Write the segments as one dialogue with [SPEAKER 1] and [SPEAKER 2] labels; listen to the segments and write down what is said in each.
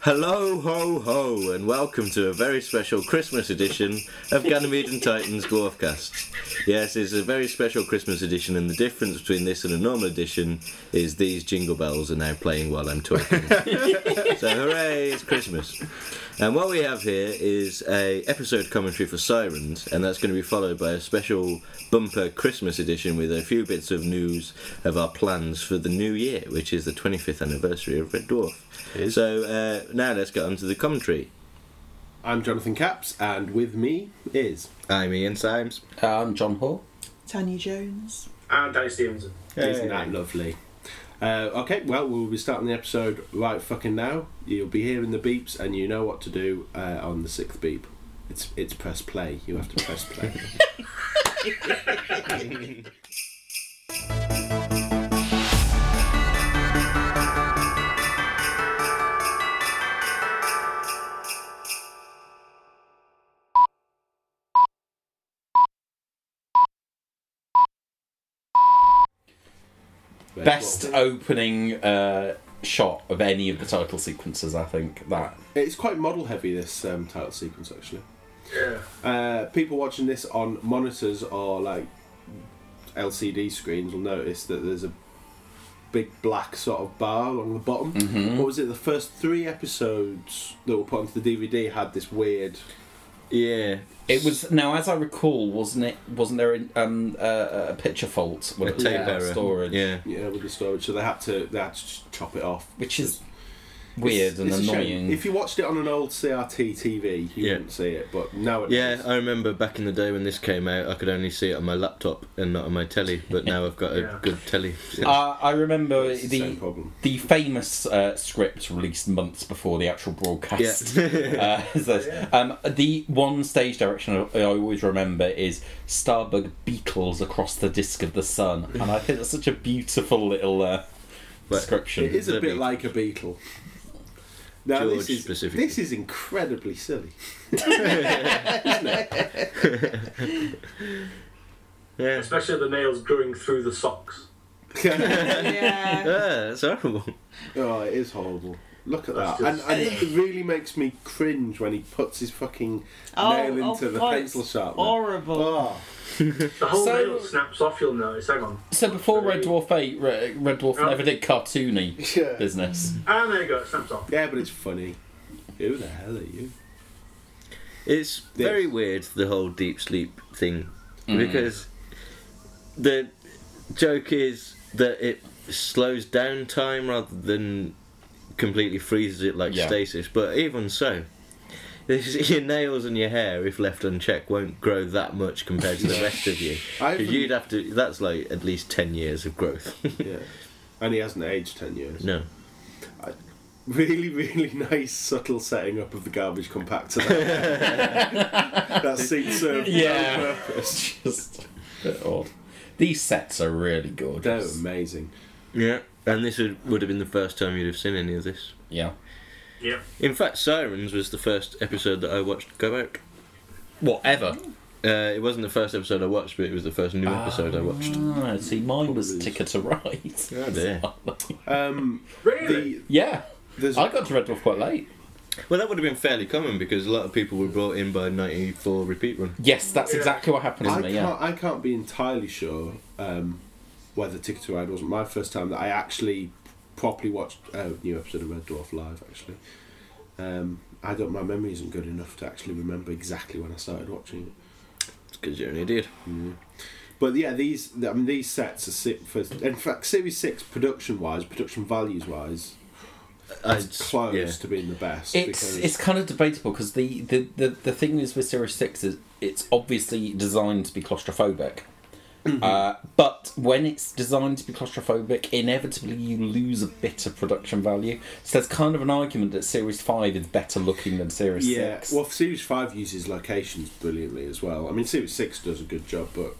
[SPEAKER 1] Hello, ho, ho, and welcome to a very special Christmas edition of Ganymede and Titans Dwarfcast. Yes, it's a very special Christmas edition, and the difference between this and a normal edition is these jingle bells are now playing while I'm talking. so hooray, it's Christmas. And what we have here is a episode commentary for Sirens, and that's going to be followed by a special bumper Christmas edition with a few bits of news of our plans for the new year, which is the 25th anniversary of Red Dwarf. So uh, now let's get on to the commentary.
[SPEAKER 2] I'm Jonathan Caps, and with me is.
[SPEAKER 1] I'm Ian Symes.
[SPEAKER 3] Um, John Hall.
[SPEAKER 4] Tanya Jones.
[SPEAKER 5] And Danny Stevenson.
[SPEAKER 2] Isn't that lovely? Uh, okay, well, we'll be starting the episode right fucking now. You'll be hearing the beeps, and you know what to do uh, on the sixth beep. It's it's press play. You have to press play.
[SPEAKER 3] Best opening uh, shot of any of the title sequences, I think. That
[SPEAKER 2] It's quite model heavy this um, title sequence actually.
[SPEAKER 5] Yeah.
[SPEAKER 2] Uh, people watching this on monitors or like LCD screens will notice that there's a big black sort of bar along the bottom.
[SPEAKER 3] Mm-hmm.
[SPEAKER 2] What was it? The first three episodes that were put onto the DVD had this weird.
[SPEAKER 1] Yeah.
[SPEAKER 3] it was. Now, as I recall, wasn't it? Wasn't there a, um, uh, a picture fault when it was
[SPEAKER 1] Tape
[SPEAKER 2] Yeah,
[SPEAKER 3] about
[SPEAKER 1] error.
[SPEAKER 3] storage?
[SPEAKER 1] Yeah.
[SPEAKER 2] Yeah, with the storage, so they had to they had to just chop it off,
[SPEAKER 3] which is weird
[SPEAKER 2] It's-
[SPEAKER 3] and
[SPEAKER 2] it's a shame.
[SPEAKER 3] annoying.
[SPEAKER 2] If you watched it on an old CRT TV, you
[SPEAKER 1] Yeah.
[SPEAKER 2] wouldn't see it, but now
[SPEAKER 1] Yeah, uh, I remember back in the day when this came out, I could only see it on my laptop and not on my telly, but now I've got a
[SPEAKER 5] Yeah.
[SPEAKER 1] good telly.
[SPEAKER 3] Uh, I remember
[SPEAKER 2] it's the, same
[SPEAKER 3] the
[SPEAKER 2] problem.
[SPEAKER 3] the famous uh, script released months before the actual broadcast. uh, so, um, the one stage direction I I always remember is Starbug beetles across the disk of the sun, and I think that's such a beautiful little uh,
[SPEAKER 1] But
[SPEAKER 3] description.
[SPEAKER 2] It is a
[SPEAKER 1] The
[SPEAKER 2] bit
[SPEAKER 1] Beatles.
[SPEAKER 2] like a Beatle. Now
[SPEAKER 1] George
[SPEAKER 2] this is
[SPEAKER 1] specifically.
[SPEAKER 2] this is incredibly silly.
[SPEAKER 1] yeah.
[SPEAKER 5] Especially the nails growing through the socks.
[SPEAKER 4] Yeah.
[SPEAKER 1] Ah, that's horrible.
[SPEAKER 2] Oh, it is horrible. Look at that. And,
[SPEAKER 5] That's just-
[SPEAKER 2] and it really makes me cringe when he puts his fucking
[SPEAKER 3] Oh,
[SPEAKER 2] nail into the
[SPEAKER 4] fuck,
[SPEAKER 2] pencil sharpener.
[SPEAKER 4] Oh, Horrible.
[SPEAKER 2] Oh,
[SPEAKER 5] The whole
[SPEAKER 3] So-
[SPEAKER 5] nail snaps off, you'll notice. Hang on.
[SPEAKER 3] So before Red Dwarf 8, Re- Red Dwarf
[SPEAKER 5] Oh.
[SPEAKER 3] never did cartoony
[SPEAKER 2] yeah.
[SPEAKER 3] business.
[SPEAKER 5] And there you go, it snaps off.
[SPEAKER 2] yeah, but it's funny. Who the hell are you?
[SPEAKER 1] It's
[SPEAKER 2] Yeah.
[SPEAKER 1] very weird the whole deep sleep thing because the joke is that it slows down time rather than completely freezes it like
[SPEAKER 3] Yeah.
[SPEAKER 1] stasis. But even so, this, your nails and your hair, if left unchecked, won't grow that much compared to the rest of you.
[SPEAKER 2] I
[SPEAKER 1] 'Cause
[SPEAKER 2] haven't-
[SPEAKER 1] you'd have to. That's like at least ten years of growth.
[SPEAKER 2] Yeah. And he hasn't aged 10 years.
[SPEAKER 1] no.
[SPEAKER 2] Really, really nice subtle setting up of the garbage compactor. that seat served
[SPEAKER 3] Yeah.
[SPEAKER 2] no purpose.
[SPEAKER 3] Just a bit odd. These sets are really
[SPEAKER 2] They're
[SPEAKER 3] gorgeous.
[SPEAKER 2] amazing.
[SPEAKER 1] Yeah. And this would, would have been the first time you'd have seen any of this.
[SPEAKER 3] Yeah.
[SPEAKER 5] Yep.
[SPEAKER 1] In fact, Sirens was the first episode that I watched go out.
[SPEAKER 3] Whatever.
[SPEAKER 1] Uh, it wasn't the first episode I watched, but it was the first new episode I
[SPEAKER 5] Oh.
[SPEAKER 1] watched.
[SPEAKER 3] Ah, see, mine was
[SPEAKER 2] Probably.
[SPEAKER 3] Ticket to Ride.
[SPEAKER 1] Oh dear.
[SPEAKER 2] Um,
[SPEAKER 5] Really?
[SPEAKER 2] the,
[SPEAKER 3] yeah.
[SPEAKER 2] there's
[SPEAKER 3] I got to Red Dwarf quite late.
[SPEAKER 1] Well, that would have been fairly common because a lot of people were brought in by '94 repeat run.
[SPEAKER 3] Yes, that's
[SPEAKER 5] Yeah.
[SPEAKER 3] exactly what happened to
[SPEAKER 2] I
[SPEAKER 3] me,
[SPEAKER 2] can't,
[SPEAKER 3] yeah.
[SPEAKER 2] I can't be entirely sure um, whether Ticket to Ride wasn't my first time that I actually properly watched a new episode of Red Dwarf live. Actually, um, I don't. My memory isn't good enough to actually remember exactly when I started watching it.
[SPEAKER 1] It's because you're an idiot.
[SPEAKER 2] But yeah, these I mean these sets are si for. In fact, Series Six production wise, production values wise, it's
[SPEAKER 1] I'd-
[SPEAKER 2] close
[SPEAKER 1] Uh, yeah.
[SPEAKER 2] to being the best.
[SPEAKER 3] It's it's kind of debatable because the, the, the, the thing is with Series 6 is it's obviously designed to be claustrophobic.
[SPEAKER 2] Mm-hmm.
[SPEAKER 3] Uh, but when it's designed to be claustrophobic, inevitably you lose a bit of production value. So there's kind of an argument that Series 5 is better looking than Series
[SPEAKER 2] Yeah,
[SPEAKER 3] 6.
[SPEAKER 2] well, Series 5 uses locations brilliantly as well. I mean, Series 6 does a good job, but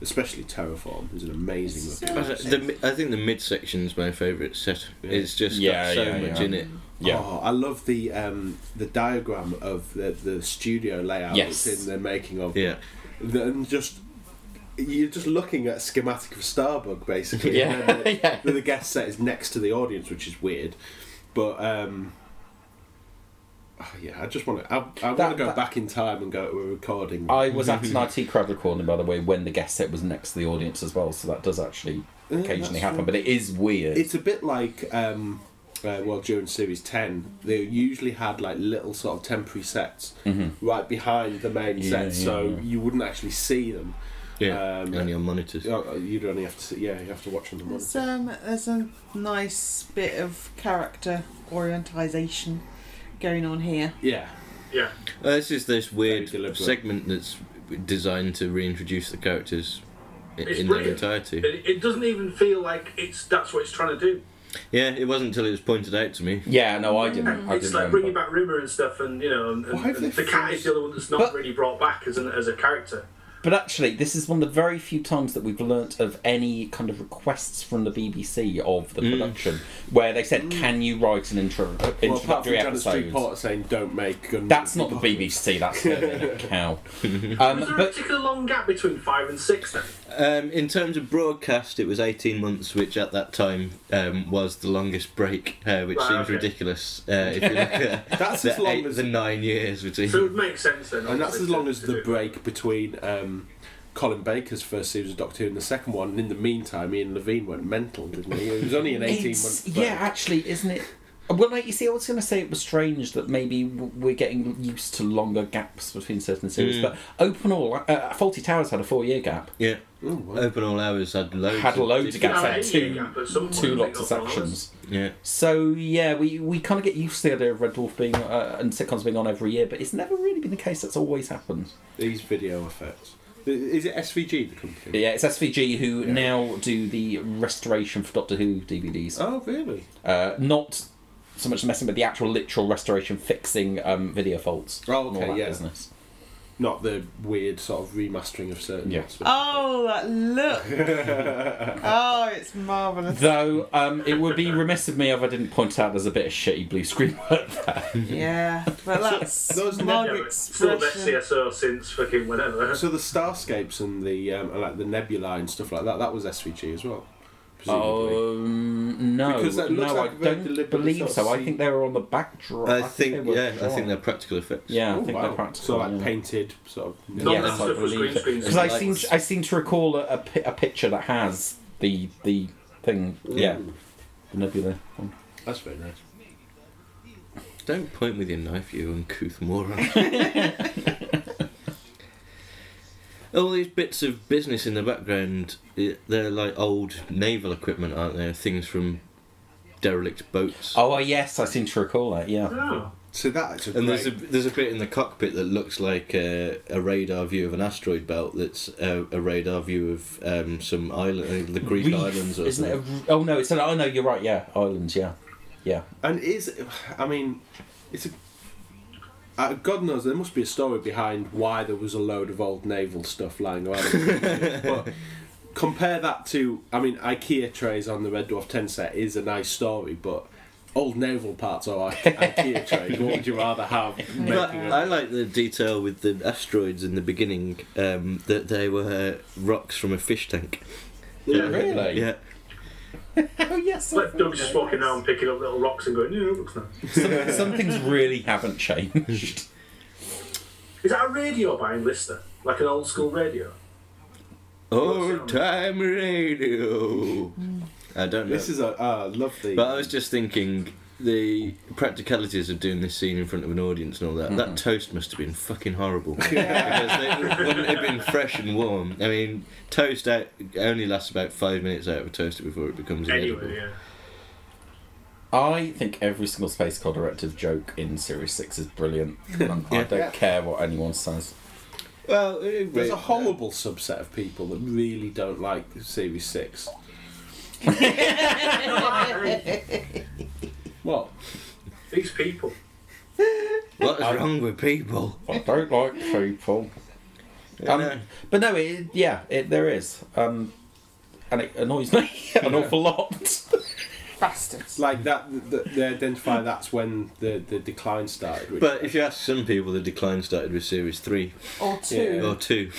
[SPEAKER 2] especially Terraform is an amazing looking.
[SPEAKER 1] I, uh, the, mi- I think the midsection's my favourite set. It's just got
[SPEAKER 3] Yeah,
[SPEAKER 1] so
[SPEAKER 3] yeah,
[SPEAKER 1] much
[SPEAKER 3] yeah.
[SPEAKER 1] in it.
[SPEAKER 3] yeah.
[SPEAKER 2] Oh, I love the um, the diagram of the, the studio layout
[SPEAKER 3] Yes.
[SPEAKER 2] that's in the making of.
[SPEAKER 1] Yeah.
[SPEAKER 2] The- and just you're just looking at a schematic of Starbuck basically.
[SPEAKER 3] Yeah.
[SPEAKER 2] And then the,
[SPEAKER 3] Yeah.
[SPEAKER 2] then the guest set is next to the audience, which is weird, but um, oh, yeah, I just want to. I, I want
[SPEAKER 3] That-
[SPEAKER 2] to go
[SPEAKER 3] that-
[SPEAKER 2] back in time and go to a recording.
[SPEAKER 3] I was at an IT crowd recording, by the way, when the guest set was next to the audience as well, so that does actually occasionally
[SPEAKER 2] that's
[SPEAKER 3] happen,
[SPEAKER 2] true.
[SPEAKER 3] but it is weird.
[SPEAKER 2] it's a bit like um, uh, well during series 10 they usually had like little sort of temporary sets right behind the main
[SPEAKER 3] Mm-hmm. Yeah,
[SPEAKER 2] set
[SPEAKER 3] yeah,
[SPEAKER 2] so
[SPEAKER 3] yeah.
[SPEAKER 2] you wouldn't actually see them
[SPEAKER 1] Yeah,
[SPEAKER 2] Um,
[SPEAKER 1] only on monitors.
[SPEAKER 2] You- you'd only have to see yeah you have to watch on the
[SPEAKER 4] There's,
[SPEAKER 2] monitor
[SPEAKER 4] um, there's a nice bit of character orientisation going on here.
[SPEAKER 2] yeah
[SPEAKER 5] Yeah.
[SPEAKER 1] Uh, this is this weird
[SPEAKER 2] deliberate.
[SPEAKER 1] segment that's designed to reintroduce the characters i-
[SPEAKER 5] It's
[SPEAKER 1] in their
[SPEAKER 5] brilliant.
[SPEAKER 1] entirety.
[SPEAKER 5] It, it doesn't even feel like it's that's what it's trying to do.
[SPEAKER 1] Yeah, it wasn't until it was pointed out to me.
[SPEAKER 3] yeah, no, I didn't. Mm-hmm. I
[SPEAKER 5] It's
[SPEAKER 3] didn't
[SPEAKER 5] like
[SPEAKER 3] remember.
[SPEAKER 5] bringing back Rimmer and stuff, and you know, and,
[SPEAKER 2] Why have
[SPEAKER 5] and,
[SPEAKER 2] they
[SPEAKER 5] and the cat
[SPEAKER 2] forced-
[SPEAKER 5] is the other one that's not
[SPEAKER 3] But-
[SPEAKER 5] really brought back as an, as a character.
[SPEAKER 3] But actually, this is one of the very few times that we've learnt of any kind of requests from the BBC of the production where they said, "Can you write an intro
[SPEAKER 2] Mm.
[SPEAKER 3] uh,
[SPEAKER 2] well apart from
[SPEAKER 3] introductory
[SPEAKER 2] Janet Street
[SPEAKER 3] episode?"
[SPEAKER 2] Porter saying don't make gun
[SPEAKER 3] That's not the BBC. That's the cow.
[SPEAKER 5] Is
[SPEAKER 3] Um,
[SPEAKER 5] there a
[SPEAKER 3] but
[SPEAKER 5] particular long gap between five and six then?
[SPEAKER 1] Um, in terms of broadcast, it was 18 months, which at that time um, was the longest break, uh, which
[SPEAKER 5] Right,
[SPEAKER 1] seems
[SPEAKER 5] okay.
[SPEAKER 1] ridiculous uh, if you look at
[SPEAKER 2] that's
[SPEAKER 1] the,
[SPEAKER 2] as long
[SPEAKER 1] eight,
[SPEAKER 2] as
[SPEAKER 1] the nine years between.
[SPEAKER 5] So it would make sense then.
[SPEAKER 2] and that's
[SPEAKER 5] obviously,
[SPEAKER 2] as long
[SPEAKER 5] to-
[SPEAKER 2] as
[SPEAKER 5] to
[SPEAKER 2] the
[SPEAKER 5] do.
[SPEAKER 2] break between um, Colin Baker's first series of Doctor Who and the second one, and in the meantime, Ian Levine went mental, didn't he? It was only an
[SPEAKER 3] it's,
[SPEAKER 2] eighteen-month.
[SPEAKER 3] yeah, actually, isn't it? Well, like you see, I was going to say it was strange that maybe w- we're getting used to longer gaps between certain series, but Open All, uh, Faulty Towers had a four-year gap,
[SPEAKER 1] yeah,
[SPEAKER 2] Oh, wow.
[SPEAKER 1] open all hours had loads.
[SPEAKER 3] had
[SPEAKER 1] of-
[SPEAKER 3] loads of
[SPEAKER 5] You know,
[SPEAKER 3] gaps, had
[SPEAKER 5] eight year
[SPEAKER 3] two,
[SPEAKER 5] gap at some point,
[SPEAKER 3] two
[SPEAKER 5] I think,
[SPEAKER 3] lots of
[SPEAKER 5] overall, isn't it?
[SPEAKER 3] sections.
[SPEAKER 1] Yeah,
[SPEAKER 3] So yeah, we, we kind of get used to the idea of Red Dwarf being uh, and sitcoms being on every year, but it's never really been the case. That's always happened.
[SPEAKER 2] These video effects. Is it SVG the company?
[SPEAKER 3] Yeah, it's SVG who now do the restoration for Doctor Who DVDs.
[SPEAKER 2] Oh, really?
[SPEAKER 3] Uh, not so much messing with the actual literal restoration, fixing um, video faults.
[SPEAKER 2] Oh,
[SPEAKER 3] and
[SPEAKER 2] okay,
[SPEAKER 3] all that
[SPEAKER 2] yeah.
[SPEAKER 3] business.
[SPEAKER 2] Not the weird sort of remastering of certain.
[SPEAKER 3] Yeah.
[SPEAKER 2] aspects.
[SPEAKER 4] Oh, that look! oh, it's marvellous.
[SPEAKER 3] Though um, it would be remiss of me if I didn't point out there's a bit of shitty blue screen work there.
[SPEAKER 4] Yeah, but that's
[SPEAKER 2] Those
[SPEAKER 4] mod
[SPEAKER 5] Yeah, but it's still the best
[SPEAKER 4] expression.
[SPEAKER 5] CSO since fucking whenever.
[SPEAKER 2] So the starscapes and the um, and like the nebula and stuff like that. That was SVG as well. Presumably.
[SPEAKER 3] Um, no,
[SPEAKER 2] Oh, Because that looks
[SPEAKER 3] no,
[SPEAKER 2] like
[SPEAKER 3] I
[SPEAKER 2] a very
[SPEAKER 3] don't
[SPEAKER 2] deliberate
[SPEAKER 3] believe
[SPEAKER 2] sort of
[SPEAKER 3] so. I
[SPEAKER 2] scene.
[SPEAKER 3] think they were on the backdrop.
[SPEAKER 1] I think
[SPEAKER 3] they were
[SPEAKER 1] yeah, I think
[SPEAKER 3] drawn.
[SPEAKER 1] they're practical effects.
[SPEAKER 3] Yeah,
[SPEAKER 2] Oh,
[SPEAKER 3] I think
[SPEAKER 2] wow.
[SPEAKER 3] they're practical.
[SPEAKER 2] So like
[SPEAKER 3] yeah.
[SPEAKER 2] painted sort of.
[SPEAKER 5] Not
[SPEAKER 3] Yeah,
[SPEAKER 5] that
[SPEAKER 3] that's
[SPEAKER 5] stuff was green screens.
[SPEAKER 3] Because I
[SPEAKER 1] Lights.
[SPEAKER 3] seem I seem to recall a, a, pi- a picture that has the the thing. Yeah, the nebula. One.
[SPEAKER 2] That's very nice.
[SPEAKER 1] Don't point with your knife, you uncouth moron. All these bits of business in the background, i- they're like old naval equipment, aren't they? Things from derelict boats.
[SPEAKER 3] Oh yes, I seem to recall that. Yeah.
[SPEAKER 5] Oh.
[SPEAKER 2] So that's a
[SPEAKER 1] And
[SPEAKER 2] great.
[SPEAKER 1] there's a there's a bit in the cockpit that looks like a, a radar view of an asteroid belt. That's a, a radar view of um, some island, uh, the Greek
[SPEAKER 3] Reef,
[SPEAKER 1] islands, or
[SPEAKER 3] isn't it?
[SPEAKER 1] something.
[SPEAKER 3] a- oh no, it's an. Oh no, you're right. Yeah, islands. Yeah, yeah.
[SPEAKER 2] And is, I mean, it's a. Uh, God knows there must be a story behind why there was a load of old naval stuff lying around. but compare that to, I mean, IKEA trays on the Red Dwarf ten set is a nice story, but old naval parts are like IKEA trays. What would you rather have? Making
[SPEAKER 1] But
[SPEAKER 2] a,
[SPEAKER 1] I like the detail with the asteroids in the beginning um, that they were rocks from a fish tank.
[SPEAKER 5] Yeah.
[SPEAKER 3] Really?
[SPEAKER 1] Yeah.
[SPEAKER 3] Oh yes.
[SPEAKER 5] It's like Doug's just walking around picking up little rocks and going, no, it looks nice.
[SPEAKER 3] Some, some things really haven't changed.
[SPEAKER 5] Is that a radio by Englister? Like an old school radio?
[SPEAKER 1] Old time radio. I don't know.
[SPEAKER 2] this is a uh, lovely.
[SPEAKER 1] but I was just thinking the practicalities of doing this scene in front of an audience and all that. That toast must have been fucking horrible. because they wouldn't have been fresh and warm. I mean, toast out only lasts about five minutes out of a toaster before it becomes inedible.
[SPEAKER 5] Anyway, yeah.
[SPEAKER 3] I think every single space call directive joke in Series Six is brilliant. and I don't
[SPEAKER 2] Yeah.
[SPEAKER 3] care what anyone says.
[SPEAKER 1] Well, it,
[SPEAKER 2] there's a
[SPEAKER 1] it-
[SPEAKER 2] horrible subset of people that really don't like Series Six. What?
[SPEAKER 5] These people.
[SPEAKER 1] What's wrong with people?
[SPEAKER 3] I don't like people.
[SPEAKER 1] Yeah.
[SPEAKER 3] Um, but no, it, yeah, it, there is, um, and it annoys me an awful lot.
[SPEAKER 4] Bastards.
[SPEAKER 2] like that th- they identify that's when the, the decline started which,
[SPEAKER 1] But if you ask some people, the decline started with series three
[SPEAKER 4] Or
[SPEAKER 2] Yeah.
[SPEAKER 4] two.
[SPEAKER 1] or two,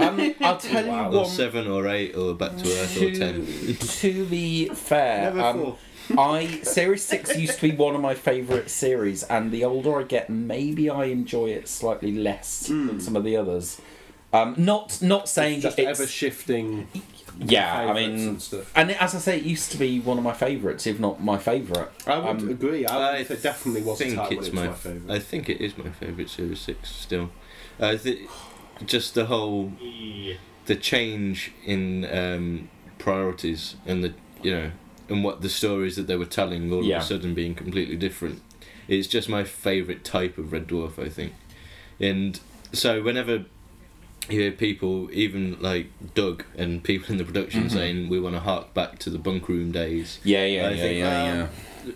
[SPEAKER 3] Um, I'll tell you
[SPEAKER 2] Wow.
[SPEAKER 1] or
[SPEAKER 3] one.
[SPEAKER 1] seven or eight, or back to earth or ten.
[SPEAKER 3] To, to be fair, um, I Series Six used to be one of my favourite series, and the older I get, maybe I enjoy it slightly less than some of the others. Um, not not
[SPEAKER 2] Hmm.
[SPEAKER 3] saying
[SPEAKER 2] Just
[SPEAKER 3] that it's
[SPEAKER 2] ever shifting.
[SPEAKER 3] yeah. I
[SPEAKER 2] favourites
[SPEAKER 3] mean,
[SPEAKER 2] and stuff.
[SPEAKER 3] and it, as I say, it used to be one of my favourites, if not my favourite.
[SPEAKER 2] I would
[SPEAKER 3] Um,
[SPEAKER 2] agree. I, would- there definitely was a
[SPEAKER 1] think
[SPEAKER 2] time when
[SPEAKER 1] it's
[SPEAKER 2] it was
[SPEAKER 1] my,
[SPEAKER 2] my favourite.
[SPEAKER 1] I think it is my favourite Series 6 still. I thi- just the whole the change in um, priorities and the you know and what the stories that they were telling all
[SPEAKER 3] Yeah.
[SPEAKER 1] of a sudden being completely different. It's just my favourite type of Red Dwarf, I think. And so whenever you hear people, even like Doug and people in the production, saying we want to hark back to the bunk room days.
[SPEAKER 3] Yeah, yeah,
[SPEAKER 1] I
[SPEAKER 3] yeah,
[SPEAKER 1] think,
[SPEAKER 3] yeah,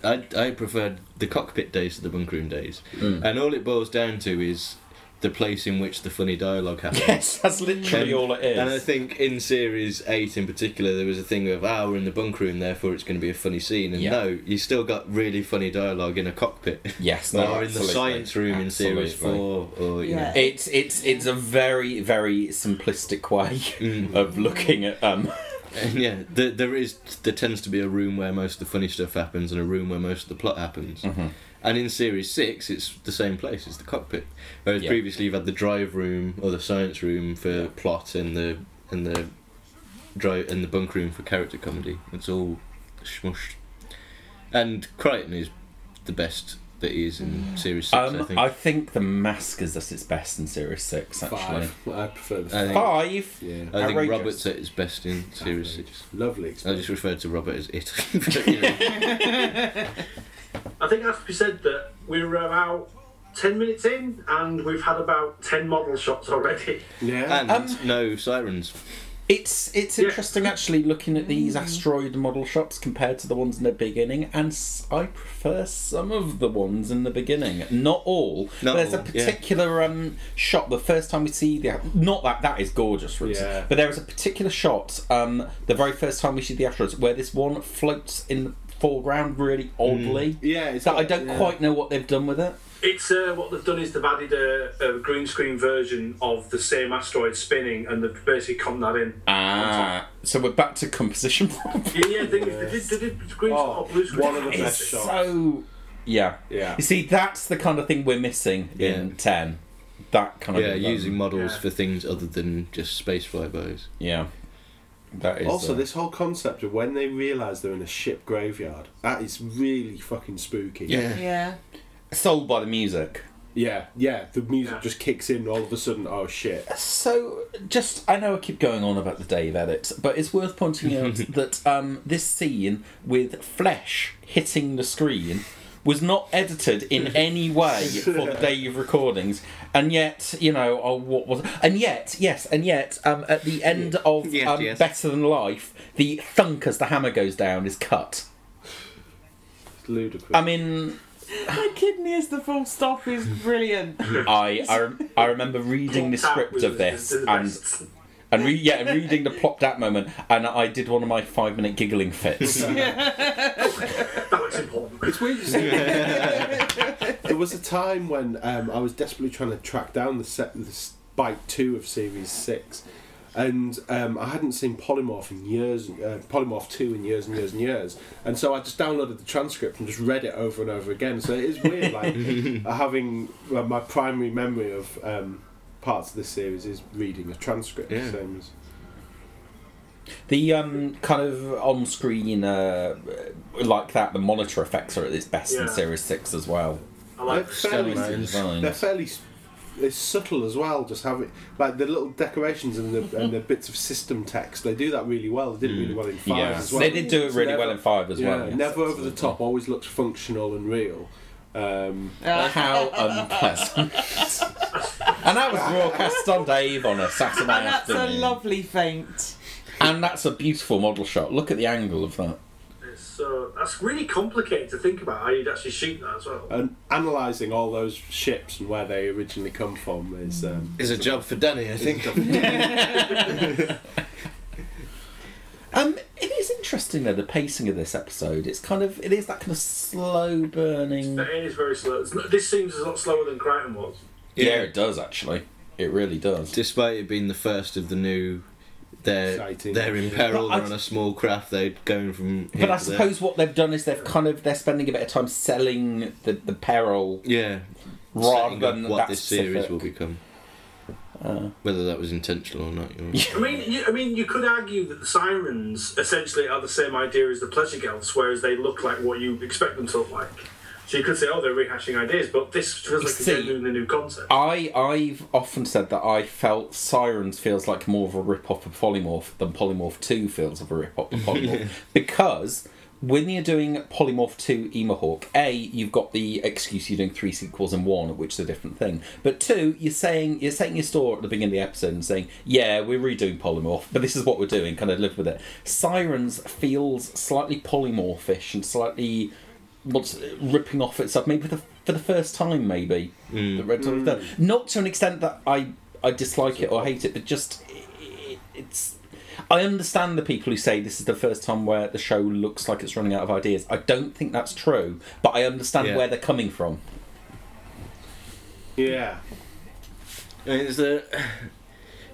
[SPEAKER 1] um, I, I preferred the cockpit days to the bunk room days.
[SPEAKER 3] Hmm.
[SPEAKER 1] And all it boils down to is the place in which the funny dialogue happens.
[SPEAKER 3] yeah. Yes, that's literally
[SPEAKER 1] And-
[SPEAKER 3] all it is.
[SPEAKER 1] And I think in series eight in particular, there was a thing of, ah, we're in the bunk room, therefore it's going to be a funny scene. And
[SPEAKER 3] Yeah.
[SPEAKER 1] no, you still got really funny dialogue in a cockpit.
[SPEAKER 3] yes, no,
[SPEAKER 1] or in the
[SPEAKER 3] absolutely.
[SPEAKER 1] science room in series
[SPEAKER 3] Absolutely.
[SPEAKER 1] four, or you
[SPEAKER 4] Yeah.
[SPEAKER 1] know,
[SPEAKER 3] It's it's it's a very very simplistic way of looking at um.
[SPEAKER 1] Mm. and yeah, there, there is there tends to be a room where most of the funny stuff happens and a room where most of the plot
[SPEAKER 3] Mm.
[SPEAKER 1] happens.
[SPEAKER 3] Mm-hmm.
[SPEAKER 1] And in series six, it's the same place; it's the cockpit. Whereas
[SPEAKER 3] Yeah.
[SPEAKER 1] previously, you've had the drive room or the science room for plot, and the and the drive and the bunk room for character comedy. It's all smushed. And Crichton is the best that he is in series six.
[SPEAKER 3] Um,
[SPEAKER 1] I think.
[SPEAKER 3] I think the mask is at its best in Series Six. Actually,
[SPEAKER 2] Five. I prefer the
[SPEAKER 1] I
[SPEAKER 2] five.
[SPEAKER 1] think-
[SPEAKER 3] five.
[SPEAKER 2] Yeah.
[SPEAKER 1] I think
[SPEAKER 3] outrageous.
[SPEAKER 1] Robert's at his best in series six.
[SPEAKER 2] Lovely
[SPEAKER 1] I
[SPEAKER 2] experience.
[SPEAKER 1] just referred to Robert as it. But, you know.
[SPEAKER 5] I think it has to be said that we're about 10 minutes in and we've had about 10 model shots already.
[SPEAKER 2] Yeah.
[SPEAKER 1] And no sirens.
[SPEAKER 3] It's it's
[SPEAKER 5] Yeah.
[SPEAKER 3] interesting actually looking at these asteroid model shots compared to the ones in the beginning, and s- I prefer some of the ones in the beginning, not all.
[SPEAKER 1] Not
[SPEAKER 3] There's a
[SPEAKER 1] all, yeah.
[SPEAKER 3] particular um, shot the first time we see the not that that is gorgeous, for instance,
[SPEAKER 2] Yeah.
[SPEAKER 3] but there is a particular shot um, the very first time we see the asteroids where this one floats in the foreground really oddly.
[SPEAKER 2] Yeah, it's
[SPEAKER 3] that I
[SPEAKER 2] got-
[SPEAKER 3] don't
[SPEAKER 2] yeah.
[SPEAKER 3] quite know what they've done with it.
[SPEAKER 5] It's uh, what they've done is they've added a, a green screen version of the same asteroid spinning and they've basically come that in.
[SPEAKER 3] Ah, so we're back to composition problem.
[SPEAKER 5] Yeah, yeah, they, they did, they did green
[SPEAKER 2] Oh,
[SPEAKER 5] or blue screen.
[SPEAKER 2] one of the
[SPEAKER 3] It's
[SPEAKER 2] best shots.
[SPEAKER 3] so yeah.
[SPEAKER 2] Yeah.
[SPEAKER 3] You see, that's the kind of thing we're missing in
[SPEAKER 1] Yeah.
[SPEAKER 3] ten. That kind of
[SPEAKER 1] Yeah,
[SPEAKER 3] um,
[SPEAKER 1] using models
[SPEAKER 5] yeah.
[SPEAKER 1] for things other than just space flybys.
[SPEAKER 3] yeah. That is
[SPEAKER 2] Also,
[SPEAKER 3] uh,
[SPEAKER 2] this whole concept of when they realise they're in a ship graveyard, that is really fucking spooky.
[SPEAKER 4] Yeah.
[SPEAKER 3] sold by the music.
[SPEAKER 2] Yeah, yeah. The music
[SPEAKER 5] Yeah.
[SPEAKER 2] just kicks in all of a sudden, oh shit.
[SPEAKER 3] So, just I know I keep going on about the Dave edit, but it's worth pointing out that um, this scene with flesh hitting the screen was not edited in any way for the Dave recordings, and yet you know oh, what was and yet yes and yet um, at the end of
[SPEAKER 1] Yes,
[SPEAKER 3] um,
[SPEAKER 1] yes.
[SPEAKER 3] Better Than Life, the thunk as the hammer goes down is cut.
[SPEAKER 2] It's ludicrous.
[SPEAKER 3] I mean,
[SPEAKER 4] My kidney is the full stop is brilliant.
[SPEAKER 3] I I, rem- I remember reading the
[SPEAKER 5] That
[SPEAKER 3] script
[SPEAKER 5] was
[SPEAKER 3] of
[SPEAKER 5] the-
[SPEAKER 3] this
[SPEAKER 5] the- the
[SPEAKER 3] and
[SPEAKER 5] best.
[SPEAKER 3] and re- yeah, and reading the plopped out moment, and I did one of my five minute giggling fits.
[SPEAKER 5] that looks important.
[SPEAKER 2] It's weird. you see. there was a time when um, I was desperately trying to track down the set, the s- bite two of series six, and um, I hadn't seen Polymorph in years, uh, Polymorph two in years and years and years, and so I just downloaded the transcript and just read it over and over again. So it is weird, like uh, having well, my primary memory of um, parts of this series is reading a transcript.
[SPEAKER 1] Yeah.
[SPEAKER 2] Same as
[SPEAKER 3] the um, kind of on screen uh, like that, the monitor effects are at its best in
[SPEAKER 5] Yeah.
[SPEAKER 3] Series Six as well.
[SPEAKER 5] I like
[SPEAKER 2] They're
[SPEAKER 1] Stellar
[SPEAKER 2] fairly,
[SPEAKER 1] lines.
[SPEAKER 2] they're
[SPEAKER 3] Design.
[SPEAKER 2] fairly s- it's subtle as well. Just have it like the little decorations and
[SPEAKER 3] Mm-hmm.
[SPEAKER 2] the and the bits of system text. They do that really well. They did it really well in five
[SPEAKER 3] Mm. Yeah,
[SPEAKER 2] as well.
[SPEAKER 3] they did do it
[SPEAKER 2] So
[SPEAKER 3] really
[SPEAKER 2] never-
[SPEAKER 3] well in Five as
[SPEAKER 2] yeah,
[SPEAKER 3] well. yes,
[SPEAKER 2] never over
[SPEAKER 3] absolutely.
[SPEAKER 2] the top. Always looks functional and real. Um,
[SPEAKER 3] How unpleasant! and that was broadcast on Dave on a Saturday
[SPEAKER 4] and that's a
[SPEAKER 3] afternoon.
[SPEAKER 4] lovely faint.
[SPEAKER 3] and that's a beautiful model shot. Look at the angle of that.
[SPEAKER 5] So that's really complicated to think about how you'd actually shoot that as well.
[SPEAKER 2] and analysing all those ships and where they originally come from is
[SPEAKER 3] Mm.
[SPEAKER 2] um,
[SPEAKER 1] It's a job for Danny, I think.
[SPEAKER 3] Um, it is interesting though the pacing of this episode. It's kind of it is that kind of slow burning.
[SPEAKER 5] It is very slow. It's not- this seems a lot slower than Crichton was.
[SPEAKER 3] Yeah, it does actually. It really does.
[SPEAKER 1] Despite it being the first of the new They're
[SPEAKER 2] Exciting.
[SPEAKER 1] they're in peril.
[SPEAKER 3] But I-
[SPEAKER 1] they're on a small craft. They're going from. Here
[SPEAKER 3] But I
[SPEAKER 1] to there.
[SPEAKER 3] suppose what they've done is they've kind of they're spending a bit of time selling the, the peril
[SPEAKER 1] Yeah.
[SPEAKER 3] rather
[SPEAKER 1] setting
[SPEAKER 3] than
[SPEAKER 1] up what
[SPEAKER 3] that
[SPEAKER 1] this series
[SPEAKER 3] specific- Uh.
[SPEAKER 1] will become. Whether that was intentional or not, you know.
[SPEAKER 5] I mean, you, I mean, you could argue that the sirens essentially are the same idea as the pleasure gals, whereas they look like what you expect them to look like. So you could say, oh, they're rehashing ideas, but this feels like a
[SPEAKER 3] See-
[SPEAKER 5] genuinely new concept.
[SPEAKER 3] I I've often said that I felt Sirens feels like more of a rip off of Polymorph than Polymorph Two feels of a rip off of Polymorph because when you're doing Polymorph Two Emahawk, a you've got the excuse you're doing three sequels in one, which is a different thing. But two, you're saying you're saying your store at the beginning of the episode and saying, yeah, we're redoing Polymorph, but this is what we're doing. Kind of live with it. Sirens feels slightly polymorphish and slightly what's ripping off itself, maybe for the, for the first time, maybe
[SPEAKER 2] Mm.
[SPEAKER 3] the Red Dawn.
[SPEAKER 1] Mm.
[SPEAKER 3] Not to an extent that I I dislike it or hate it, but just it, it's. I understand the people who say this is the first time where the show looks like it's running out of ideas. I don't think that's true, but I understand
[SPEAKER 1] Yeah.
[SPEAKER 3] where they're coming from.
[SPEAKER 2] Yeah.
[SPEAKER 1] I mean, Is there?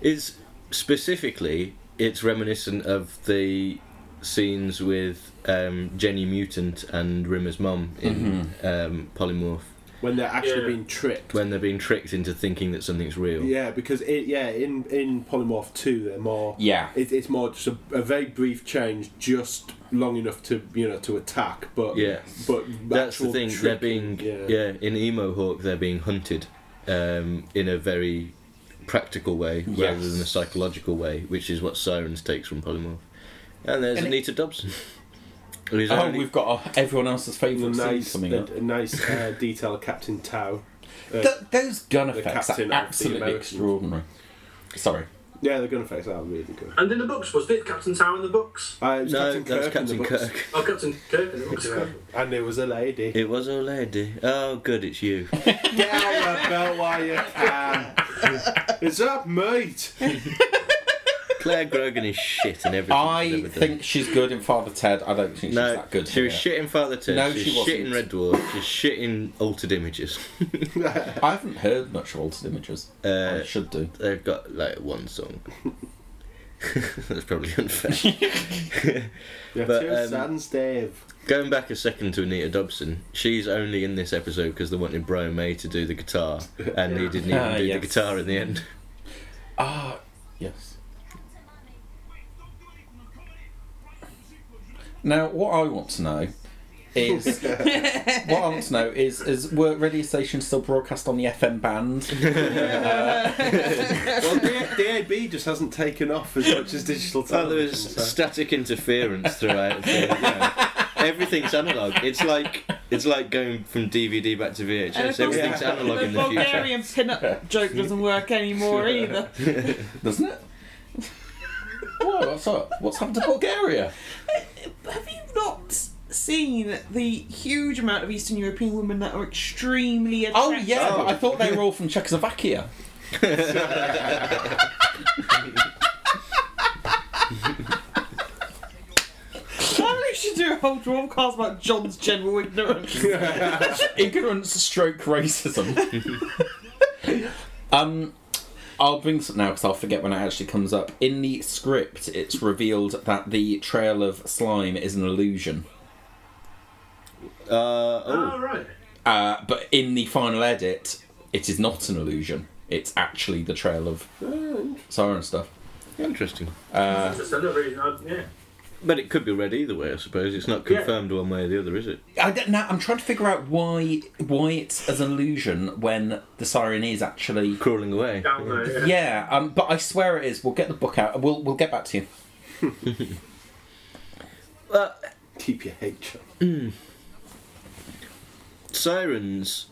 [SPEAKER 1] It's specifically it's reminiscent of the scenes with um, Jenny Mutant and Rimmer's mum in
[SPEAKER 3] Mm-hmm.
[SPEAKER 1] um, Polymorph
[SPEAKER 2] When they're actually
[SPEAKER 5] Yeah.
[SPEAKER 2] being tricked.
[SPEAKER 1] when they're being tricked into thinking that something's real.
[SPEAKER 2] Yeah, because it, yeah, in in Polymorph Two, they're more.
[SPEAKER 3] Yeah.
[SPEAKER 2] It, it's more just a, a very brief change, just long enough to you know to attack, but
[SPEAKER 1] Yeah.
[SPEAKER 2] but
[SPEAKER 1] That's the
[SPEAKER 2] actual
[SPEAKER 1] thing. They're being
[SPEAKER 2] tricking,
[SPEAKER 1] yeah. in Emo Hawk they're being hunted um, in a very practical way rather
[SPEAKER 3] Yes.
[SPEAKER 1] than a psychological way, which is what Sirens takes from Polymorph. And there's
[SPEAKER 3] And it-
[SPEAKER 1] Anita Dobson. Who's
[SPEAKER 3] Oh,
[SPEAKER 1] only-
[SPEAKER 3] we've got uh, everyone else's
[SPEAKER 2] The
[SPEAKER 3] favourite
[SPEAKER 2] nice,
[SPEAKER 3] scene coming
[SPEAKER 2] the-
[SPEAKER 3] up.
[SPEAKER 2] a nice uh, detail of Captain Tau. Uh,
[SPEAKER 3] Th- those gun
[SPEAKER 2] the
[SPEAKER 3] effects
[SPEAKER 2] captain
[SPEAKER 3] are
[SPEAKER 2] of the
[SPEAKER 3] absolutely
[SPEAKER 2] Americans.
[SPEAKER 3] extraordinary. Sorry.
[SPEAKER 2] yeah, the gun effects are really good.
[SPEAKER 5] And in the books, was it Captain Tower in the books?
[SPEAKER 2] Uh, it was
[SPEAKER 1] no,
[SPEAKER 2] Captain
[SPEAKER 1] that's
[SPEAKER 2] Kirk in
[SPEAKER 1] Captain
[SPEAKER 2] the books.
[SPEAKER 1] Kirk.
[SPEAKER 5] Oh, Captain Kirk in the books.
[SPEAKER 2] Yeah. And there was a lady.
[SPEAKER 1] It was a lady. Oh, good, it's you.
[SPEAKER 2] Get out your belt while you can. It's up, mate.
[SPEAKER 1] Claire Grogan is shit and everything. she's
[SPEAKER 3] I
[SPEAKER 1] ever done.
[SPEAKER 3] think she's good in Father Ted. I don't think she's
[SPEAKER 1] no,
[SPEAKER 3] that good.
[SPEAKER 1] She was
[SPEAKER 3] here.
[SPEAKER 1] shit in Father Ted.
[SPEAKER 3] No,
[SPEAKER 1] she's
[SPEAKER 3] she
[SPEAKER 1] shit
[SPEAKER 3] wasn't.
[SPEAKER 1] in Red Dwarf. She's shit in Altered Images.
[SPEAKER 3] I haven't heard much of Altered Images.
[SPEAKER 1] Uh,
[SPEAKER 3] I should do.
[SPEAKER 1] They've got like one song. That's probably unfair.
[SPEAKER 2] Yeah,
[SPEAKER 1] But,
[SPEAKER 2] two
[SPEAKER 1] um,
[SPEAKER 2] sons, Dave.
[SPEAKER 1] Going back a second to Anita Dobson, she's only in this episode because they wanted Brian May to do the guitar, and he didn't even
[SPEAKER 3] Ah,
[SPEAKER 1] do
[SPEAKER 3] yes.
[SPEAKER 1] the guitar in the end.
[SPEAKER 3] Ah, yes. Now, what I want to know is what I want to know is is were radio stations still broadcast on the FM band?
[SPEAKER 2] Well, DAB just hasn't taken off as much as digital
[SPEAKER 1] Oh, there
[SPEAKER 2] television.
[SPEAKER 1] was
[SPEAKER 2] so-
[SPEAKER 1] static interference throughout. the- yeah. Everything's analog. It's like it's like going from DVD back to
[SPEAKER 4] And of
[SPEAKER 1] VHS.
[SPEAKER 4] course,
[SPEAKER 1] Everything's
[SPEAKER 2] yeah.
[SPEAKER 1] analog in
[SPEAKER 4] the
[SPEAKER 1] the future.
[SPEAKER 4] Bulgarian pin-up joke doesn't work anymore either.
[SPEAKER 3] Doesn't it? Why? What's up? What's happened to Bulgaria?
[SPEAKER 4] Have you not seen the huge amount of Eastern European women that are extremely
[SPEAKER 3] Oh
[SPEAKER 4] attractive?
[SPEAKER 3] yeah, but I thought they were all from Czechoslovakia.
[SPEAKER 4] Probably should do a whole broadcast about John's general ignorance.
[SPEAKER 3] Ignorance stroke racism. um, I'll bring something now because I'll forget when it actually comes up. In the script, it's revealed that the trail of slime is an illusion.
[SPEAKER 1] Uh, oh,
[SPEAKER 5] Oh, right.
[SPEAKER 3] Uh, but in the final edit, it is not an illusion. It's actually the trail of siren stuff.
[SPEAKER 1] interesting.
[SPEAKER 5] Just another reason. I, yeah.
[SPEAKER 1] But it could be read either way, I suppose. It's not
[SPEAKER 5] Yeah.
[SPEAKER 1] confirmed one way or the other, is it?
[SPEAKER 3] I don't, now I'm trying to figure out why why it's as an illusion when the siren is actually.
[SPEAKER 1] Crawling away.
[SPEAKER 5] Down there. Yeah.
[SPEAKER 3] Yeah, um, but I swear it is. We'll get the book out. We'll we'll get back to you.
[SPEAKER 2] Keep your head shut.
[SPEAKER 1] Sirens,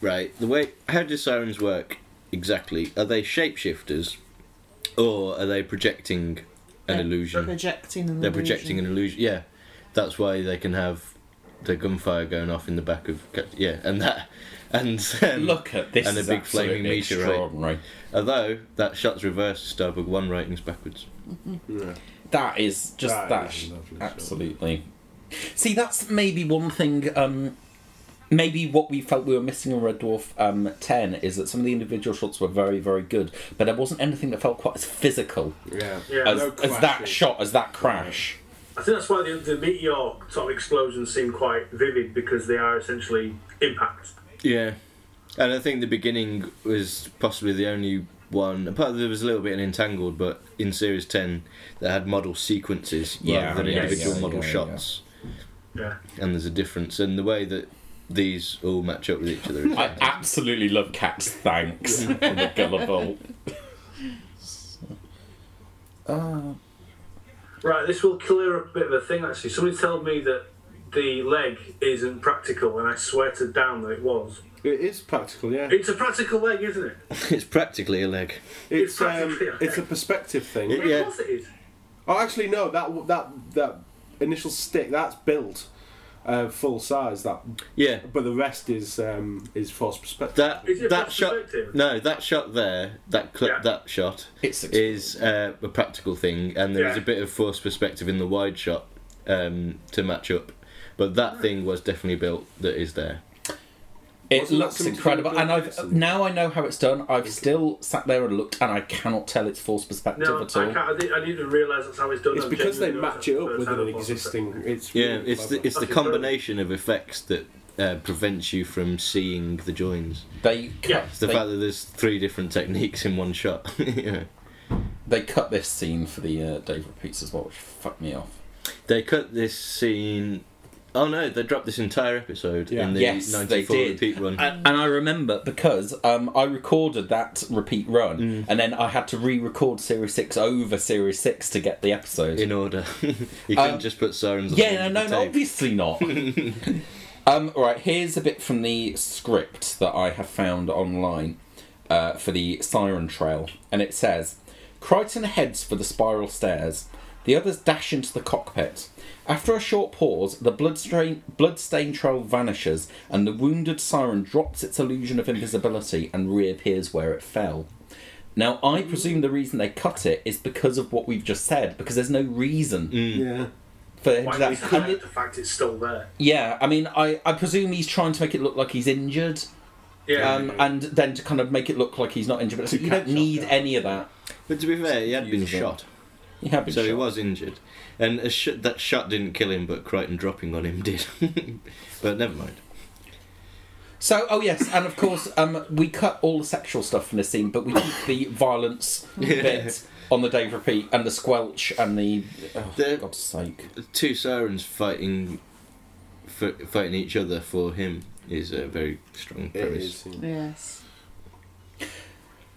[SPEAKER 1] right? The way how do sirens work exactly? Are they shapeshifters, or are they projecting an illusion?
[SPEAKER 4] Projecting and
[SPEAKER 1] They're projecting an illusion. Yeah, that's why they can have the gunfire going off in the back of Cap- yeah, and that and um,
[SPEAKER 3] Look at this.
[SPEAKER 1] and a
[SPEAKER 3] is
[SPEAKER 1] big flaming
[SPEAKER 3] absolutely
[SPEAKER 1] meteorite.
[SPEAKER 3] extraordinary.
[SPEAKER 1] Although that shot's reversed, Starbuck one ratings backwards.
[SPEAKER 3] That is just
[SPEAKER 2] That
[SPEAKER 3] that.
[SPEAKER 2] is lovely,
[SPEAKER 3] absolutely. See, that's maybe one thing. Um, maybe what we felt we were missing in Red Dwarf um, 10 is that some of the individual shots were very, very good, but there wasn't anything that felt quite as physical
[SPEAKER 2] Yeah.
[SPEAKER 5] Yeah. Uh,
[SPEAKER 3] as,
[SPEAKER 5] No
[SPEAKER 3] as that shot, as that crash.
[SPEAKER 5] I think that's why the, the meteor sort of explosions seem quite vivid because they are essentially impact.
[SPEAKER 1] Yeah. And I think the beginning was possibly the only one, apart there was a little bit in Entangled, but in Series 10 that had model sequences
[SPEAKER 3] Yeah,
[SPEAKER 1] rather than
[SPEAKER 3] yeah,
[SPEAKER 1] individual
[SPEAKER 3] yeah,
[SPEAKER 1] model
[SPEAKER 3] yeah,
[SPEAKER 1] shots.
[SPEAKER 5] Yeah.
[SPEAKER 1] And there's a difference. And the way that these all match up with each other. Is
[SPEAKER 3] I absolutely love Cat's thanks for the gullible.
[SPEAKER 5] Right, this will clear up a bit of a thing actually. Somebody told me that the leg isn't practical, and I swear to down that it was.
[SPEAKER 2] It is practical, yeah.
[SPEAKER 5] It's a practical leg, isn't it?
[SPEAKER 1] it's practically a leg.
[SPEAKER 2] It's um,
[SPEAKER 5] practically a
[SPEAKER 2] it's a perspective thing.
[SPEAKER 1] It-
[SPEAKER 5] Of
[SPEAKER 1] Yeah.
[SPEAKER 5] course it is.
[SPEAKER 2] Oh, actually, no. That that that initial stick that's built uh, full size. That,
[SPEAKER 1] Yeah.
[SPEAKER 2] but the rest is um, is false perspective.
[SPEAKER 1] That
[SPEAKER 5] Is it
[SPEAKER 1] that
[SPEAKER 5] from
[SPEAKER 1] shot
[SPEAKER 5] perspective?
[SPEAKER 1] no that shot there that clip
[SPEAKER 5] Yeah.
[SPEAKER 1] that shot
[SPEAKER 3] It's
[SPEAKER 1] is uh, a practical thing and there was
[SPEAKER 5] Yeah.
[SPEAKER 1] a bit of forced perspective in the wide shot um, to match up but that thing was definitely built that is there
[SPEAKER 3] It
[SPEAKER 2] Wasn't that
[SPEAKER 3] looks
[SPEAKER 2] something to
[SPEAKER 3] incredible,
[SPEAKER 2] do with
[SPEAKER 3] and I've
[SPEAKER 2] Bill
[SPEAKER 3] now I know how it's done. I've still sat there and looked, and I cannot tell it's forced perspective
[SPEAKER 5] No, I,
[SPEAKER 3] at all.
[SPEAKER 5] can't, I, need, I need to realise that's how it's done.
[SPEAKER 2] it's
[SPEAKER 5] I'm
[SPEAKER 2] because they
[SPEAKER 5] genuinely
[SPEAKER 2] match it up
[SPEAKER 5] upset
[SPEAKER 2] with
[SPEAKER 5] that
[SPEAKER 2] an
[SPEAKER 5] it wasn't.
[SPEAKER 2] existing. It's
[SPEAKER 1] yeah
[SPEAKER 2] really
[SPEAKER 1] it's the,
[SPEAKER 2] clever.
[SPEAKER 1] it's the
[SPEAKER 5] That's
[SPEAKER 1] combination of effects that uh, prevents you from seeing the joins
[SPEAKER 3] They cut,
[SPEAKER 5] Yeah.
[SPEAKER 1] it's the
[SPEAKER 3] they,
[SPEAKER 1] fact that there's three different techniques in one shot yeah.
[SPEAKER 3] they cut this scene for the uh, Dave repeats as well, which fucked me off.
[SPEAKER 1] they cut this scene oh no they dropped this entire episode
[SPEAKER 2] Yeah.
[SPEAKER 1] in the
[SPEAKER 3] yes,
[SPEAKER 1] 94
[SPEAKER 3] they did.
[SPEAKER 1] repeat run
[SPEAKER 3] And, and I remember because um, I recorded that repeat run, and then I had to re-record Series Six over Series Six to get the episode.
[SPEAKER 1] in order. you couldn't just put sirens. on
[SPEAKER 3] yeah, no, no,
[SPEAKER 1] the
[SPEAKER 3] no,
[SPEAKER 1] tape.
[SPEAKER 3] obviously not. um, all right, here's a bit from the script that I have found online uh, for the Siren Trail, and it says Crichton heads for the spiral stairs. The others dash into the cockpit. After a short pause, the bloodstain bloodstain trail vanishes, and the wounded siren drops its illusion of invisibility and reappears where it fell. Now, I
[SPEAKER 5] Mm.
[SPEAKER 3] presume the reason they cut it is because of what we've just said, because there's no reason
[SPEAKER 2] yeah.
[SPEAKER 3] for him
[SPEAKER 5] Mm.
[SPEAKER 3] to
[SPEAKER 5] Why do we
[SPEAKER 3] that. And
[SPEAKER 5] hide
[SPEAKER 3] it-
[SPEAKER 5] the fact it's still there?
[SPEAKER 3] yeah, I mean, I, I presume he's trying to make it look like he's injured,
[SPEAKER 5] Yeah.
[SPEAKER 3] um, and then to kind of make it look like he's not injured. But you don't
[SPEAKER 2] catch up,
[SPEAKER 3] need
[SPEAKER 2] yeah.
[SPEAKER 3] any of that.
[SPEAKER 1] But to be fair, he had been
[SPEAKER 3] Usable.
[SPEAKER 1] shot,
[SPEAKER 3] You have been
[SPEAKER 1] so he
[SPEAKER 3] shot.
[SPEAKER 1] was injured, and a sh- that shot didn't kill him, but Crichton dropping on him did. but never mind.
[SPEAKER 3] So, oh yes, and of course, um, we cut all the sexual stuff from the scene, but we keep the violence bit on the Dave repeat and the squelch and the. Oh,
[SPEAKER 1] The-
[SPEAKER 3] for God's sake.
[SPEAKER 1] Two sirens fighting, f- fighting each other for him is a very strong
[SPEAKER 2] It
[SPEAKER 1] premise.
[SPEAKER 2] is. yeah.
[SPEAKER 4] Yes.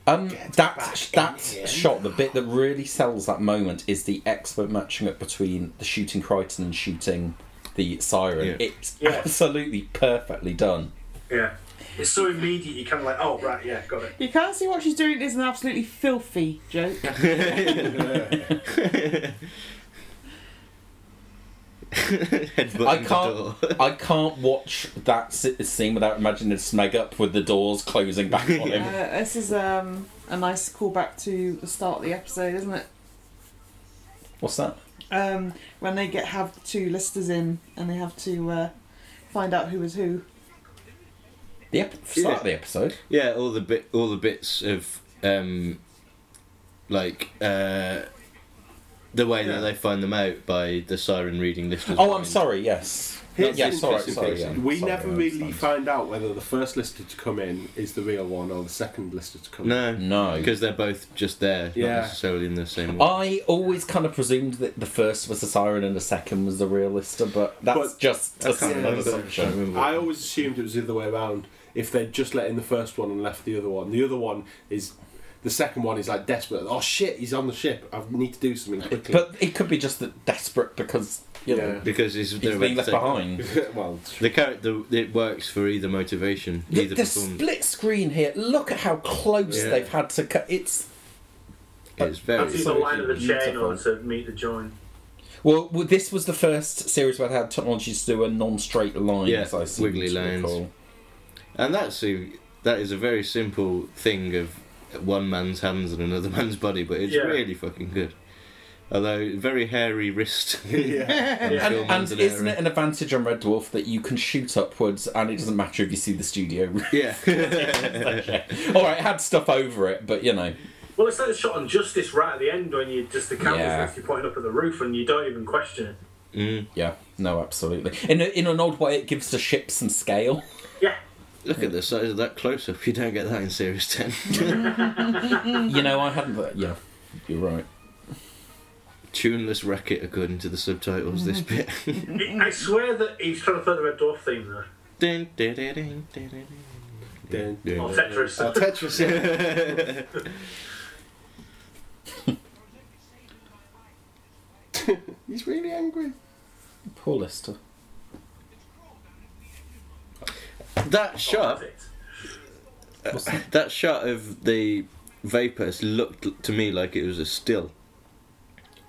[SPEAKER 3] Um, that that shot, the bit that really sells that moment is the expert matching up between the shooting Crichton and shooting the siren.
[SPEAKER 1] Yeah.
[SPEAKER 3] It's
[SPEAKER 5] Yeah.
[SPEAKER 3] absolutely perfectly done.
[SPEAKER 5] yeah. It's so immediate, you kind of like, oh, right, yeah, got it.
[SPEAKER 4] You can't see what she's doing is an absolutely filthy joke. Uh,
[SPEAKER 1] Headbutting
[SPEAKER 3] I
[SPEAKER 1] the door.
[SPEAKER 3] can't. I can't watch that s- scene without imagining a snag up with the doors closing back on
[SPEAKER 4] Uh,
[SPEAKER 3] him.
[SPEAKER 4] this is um, a nice callback to the start of the episode, isn't it?
[SPEAKER 3] What's that?
[SPEAKER 4] Um, when they get have two listers in and they have to uh, find out who was who.
[SPEAKER 3] The ep- start of the episode.
[SPEAKER 1] Yeah, all the bit, all the bits of um, like uh, the way that they find them out by the siren reading listers.
[SPEAKER 3] Oh, I'm
[SPEAKER 1] mind.
[SPEAKER 3] sorry. Yes.
[SPEAKER 2] Here's
[SPEAKER 3] yeah.
[SPEAKER 2] the
[SPEAKER 3] Sorry.
[SPEAKER 2] interesting
[SPEAKER 3] Sorry.
[SPEAKER 2] piece.
[SPEAKER 3] Yeah,
[SPEAKER 2] we
[SPEAKER 3] sorry,
[SPEAKER 2] never
[SPEAKER 3] I
[SPEAKER 2] really
[SPEAKER 3] understand.
[SPEAKER 2] find out whether the first lister to come in is the real one or the second lister to come in.
[SPEAKER 1] No,
[SPEAKER 3] No.
[SPEAKER 1] because they're both just there,
[SPEAKER 2] Yeah.
[SPEAKER 1] not necessarily in the same. Way.
[SPEAKER 3] I always kind of presumed that the first was the siren and the second was the realista, but that's
[SPEAKER 2] But-
[SPEAKER 3] just a
[SPEAKER 1] can't
[SPEAKER 3] an
[SPEAKER 2] remember.
[SPEAKER 1] Can't
[SPEAKER 3] assumption.
[SPEAKER 1] remember.
[SPEAKER 2] I always assumed it was the other way around. If they'd just let in the first one and left the other one, the other one is the second one is like desperate. Oh shit, he's on the ship. I need to do something quickly.
[SPEAKER 3] But it could be just that desperate because you know
[SPEAKER 1] because it's
[SPEAKER 3] he's
[SPEAKER 1] they're
[SPEAKER 3] being
[SPEAKER 1] about
[SPEAKER 3] left
[SPEAKER 1] to take-
[SPEAKER 3] behind.
[SPEAKER 2] well,
[SPEAKER 1] The character it works for either motivation,
[SPEAKER 3] The,
[SPEAKER 1] either
[SPEAKER 3] the
[SPEAKER 1] performance.
[SPEAKER 3] split screen here. Look at how close
[SPEAKER 1] Yeah.
[SPEAKER 3] they've had to cut. It's
[SPEAKER 1] It's very.
[SPEAKER 5] That's either line of the chain
[SPEAKER 3] beautiful.
[SPEAKER 5] or to meet the join.
[SPEAKER 3] well, well, this was the first series where they had technologies to do a non-straight line.
[SPEAKER 1] Yeah,
[SPEAKER 3] as I seem
[SPEAKER 1] wiggly
[SPEAKER 3] to
[SPEAKER 1] lines.
[SPEAKER 3] recall.
[SPEAKER 1] and that's a, that is a very simple thing of one man's hands and another man's body, but it's
[SPEAKER 5] Yeah.
[SPEAKER 1] really fucking good. Although very hairy wrist.
[SPEAKER 2] yeah.
[SPEAKER 3] And,
[SPEAKER 1] film
[SPEAKER 3] and
[SPEAKER 1] ends in
[SPEAKER 3] isn't
[SPEAKER 1] hairy.
[SPEAKER 3] it an advantage on Red Dwarf that you can shoot upwards and it doesn't matter if you see the studio?
[SPEAKER 1] Yeah.
[SPEAKER 3] All right, it had stuff over it, but you know.
[SPEAKER 5] Well, it's like a shot on Justice right at the end when you just the camera's
[SPEAKER 3] Yeah.
[SPEAKER 5] actually pointing up at the roof and you don't even question it.
[SPEAKER 3] Yeah, no, absolutely. In, a, in an odd way, it gives the ship some scale.
[SPEAKER 5] Yeah.
[SPEAKER 1] Look at the size of that close up. You don't get that in Series 10.
[SPEAKER 3] you know, I hadn't. thought- Yeah, you're right.
[SPEAKER 1] Tuneless racket, according to the subtitles, this bit.
[SPEAKER 5] I swear that he's trying to play the Red Dwarf theme there.
[SPEAKER 1] Dun, dun, dun, dun, dun, dun,
[SPEAKER 2] Dun,
[SPEAKER 1] dun.
[SPEAKER 5] Or Tetris.
[SPEAKER 2] Oh, Tetris. yeah. He's really angry.
[SPEAKER 3] Poor Lister.
[SPEAKER 1] That shot,
[SPEAKER 3] What's that?
[SPEAKER 1] that shot of the vapors looked to me like it was a still.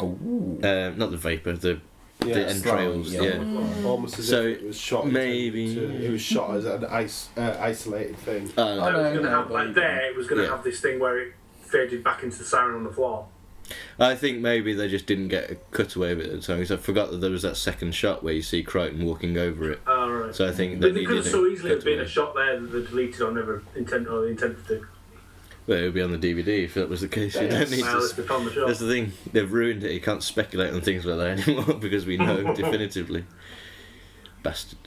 [SPEAKER 3] Ooh.
[SPEAKER 1] Um, not the vapor, the,
[SPEAKER 2] Yeah,
[SPEAKER 1] the
[SPEAKER 2] it's
[SPEAKER 1] entrails.
[SPEAKER 3] slime,
[SPEAKER 1] yeah.
[SPEAKER 3] yeah.
[SPEAKER 2] Almost as
[SPEAKER 1] So,
[SPEAKER 2] if it was shot. as a-
[SPEAKER 1] maybe-
[SPEAKER 2] to- it was shot as an ice, uh, isolated thing.
[SPEAKER 1] Oh, no.
[SPEAKER 5] It was going
[SPEAKER 3] no,
[SPEAKER 5] to have,
[SPEAKER 3] but you
[SPEAKER 5] like, there, it was going to
[SPEAKER 1] Yeah.
[SPEAKER 5] have this thing where it faded back into the siren on the floor.
[SPEAKER 1] I think maybe they just didn't get a cutaway of it at the time because I forgot that there was that second shot where you see Crichton walking over it.
[SPEAKER 5] All right.
[SPEAKER 1] So I think
[SPEAKER 5] But
[SPEAKER 1] that
[SPEAKER 5] they
[SPEAKER 1] they
[SPEAKER 5] could have
[SPEAKER 1] did
[SPEAKER 5] so easily have been a shot there that they deleted or never intent or they intended to.
[SPEAKER 1] Well, it would be on the DVD if that was the case. You don't need
[SPEAKER 5] Well,
[SPEAKER 1] to.
[SPEAKER 5] it's
[SPEAKER 1] sp-
[SPEAKER 5] become the
[SPEAKER 1] That's
[SPEAKER 5] shot.
[SPEAKER 1] the thing. They've ruined it. You can't speculate on things like that anymore because we know definitively. Bastard.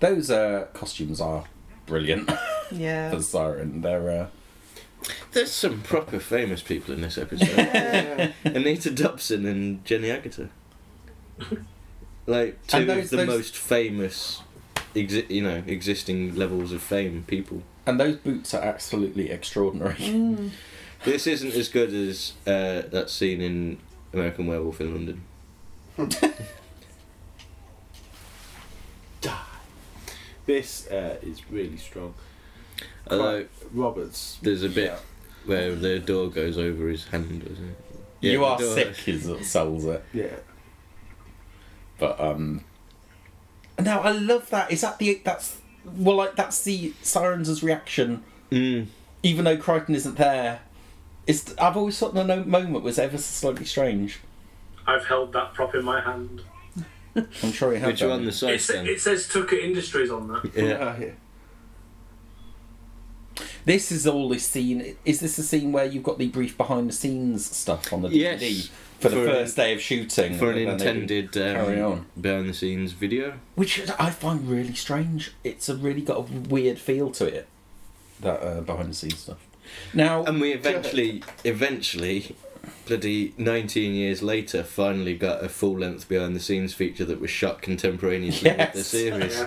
[SPEAKER 3] Those uh, costumes are brilliant for
[SPEAKER 4] Yeah.
[SPEAKER 3] the siren. They're uh,
[SPEAKER 1] There's some proper famous people in this episode.
[SPEAKER 2] Yeah.
[SPEAKER 1] Anita Dobson and Jenny Agutter. Like two
[SPEAKER 3] And those-
[SPEAKER 1] of the
[SPEAKER 3] those-
[SPEAKER 1] most famous, exi- you know, existing levels of fame people.
[SPEAKER 3] and those boots are absolutely extraordinary.
[SPEAKER 1] This isn't as good as uh, that scene in American Werewolf in London.
[SPEAKER 2] this uh, is really strong.
[SPEAKER 1] Although
[SPEAKER 2] Roberts.
[SPEAKER 1] there's a bit
[SPEAKER 3] Yeah.
[SPEAKER 1] where the door goes over his hand, doesn't it?
[SPEAKER 3] you
[SPEAKER 1] the
[SPEAKER 3] are
[SPEAKER 1] door-
[SPEAKER 3] sick is what sells it.
[SPEAKER 2] Yeah.
[SPEAKER 3] But um Now I love that. Is that the that's well like that's the Sirens' reaction
[SPEAKER 1] Mm.
[SPEAKER 3] even though Crichton isn't there. It's I've always thought the no moment was ever so slightly strange.
[SPEAKER 5] I've held that prop in my hand.
[SPEAKER 3] I'm sure he had
[SPEAKER 1] Which are
[SPEAKER 3] that.
[SPEAKER 1] on the
[SPEAKER 5] It,
[SPEAKER 1] side
[SPEAKER 5] sa-
[SPEAKER 1] stand.
[SPEAKER 5] it says Tucker Industries on that.
[SPEAKER 1] Yeah.
[SPEAKER 2] Uh, yeah.
[SPEAKER 3] This is all this scene. Is this the scene where you've got the brief behind the scenes stuff on the
[SPEAKER 1] Yes.
[SPEAKER 3] DVD for the
[SPEAKER 1] For an-
[SPEAKER 3] first day of shooting?
[SPEAKER 1] For an
[SPEAKER 3] and then they do-
[SPEAKER 1] intended
[SPEAKER 3] carry
[SPEAKER 1] um,
[SPEAKER 3] on.
[SPEAKER 1] behind the scenes video.
[SPEAKER 3] which I find really strange. It's a really got a weird feel to it. That uh, behind the scenes stuff. Now,
[SPEAKER 1] And we eventually, eventually, bloody 19 years later, finally got a full length behind the scenes feature that was shot contemporaneously with the
[SPEAKER 3] Yes.
[SPEAKER 1] series.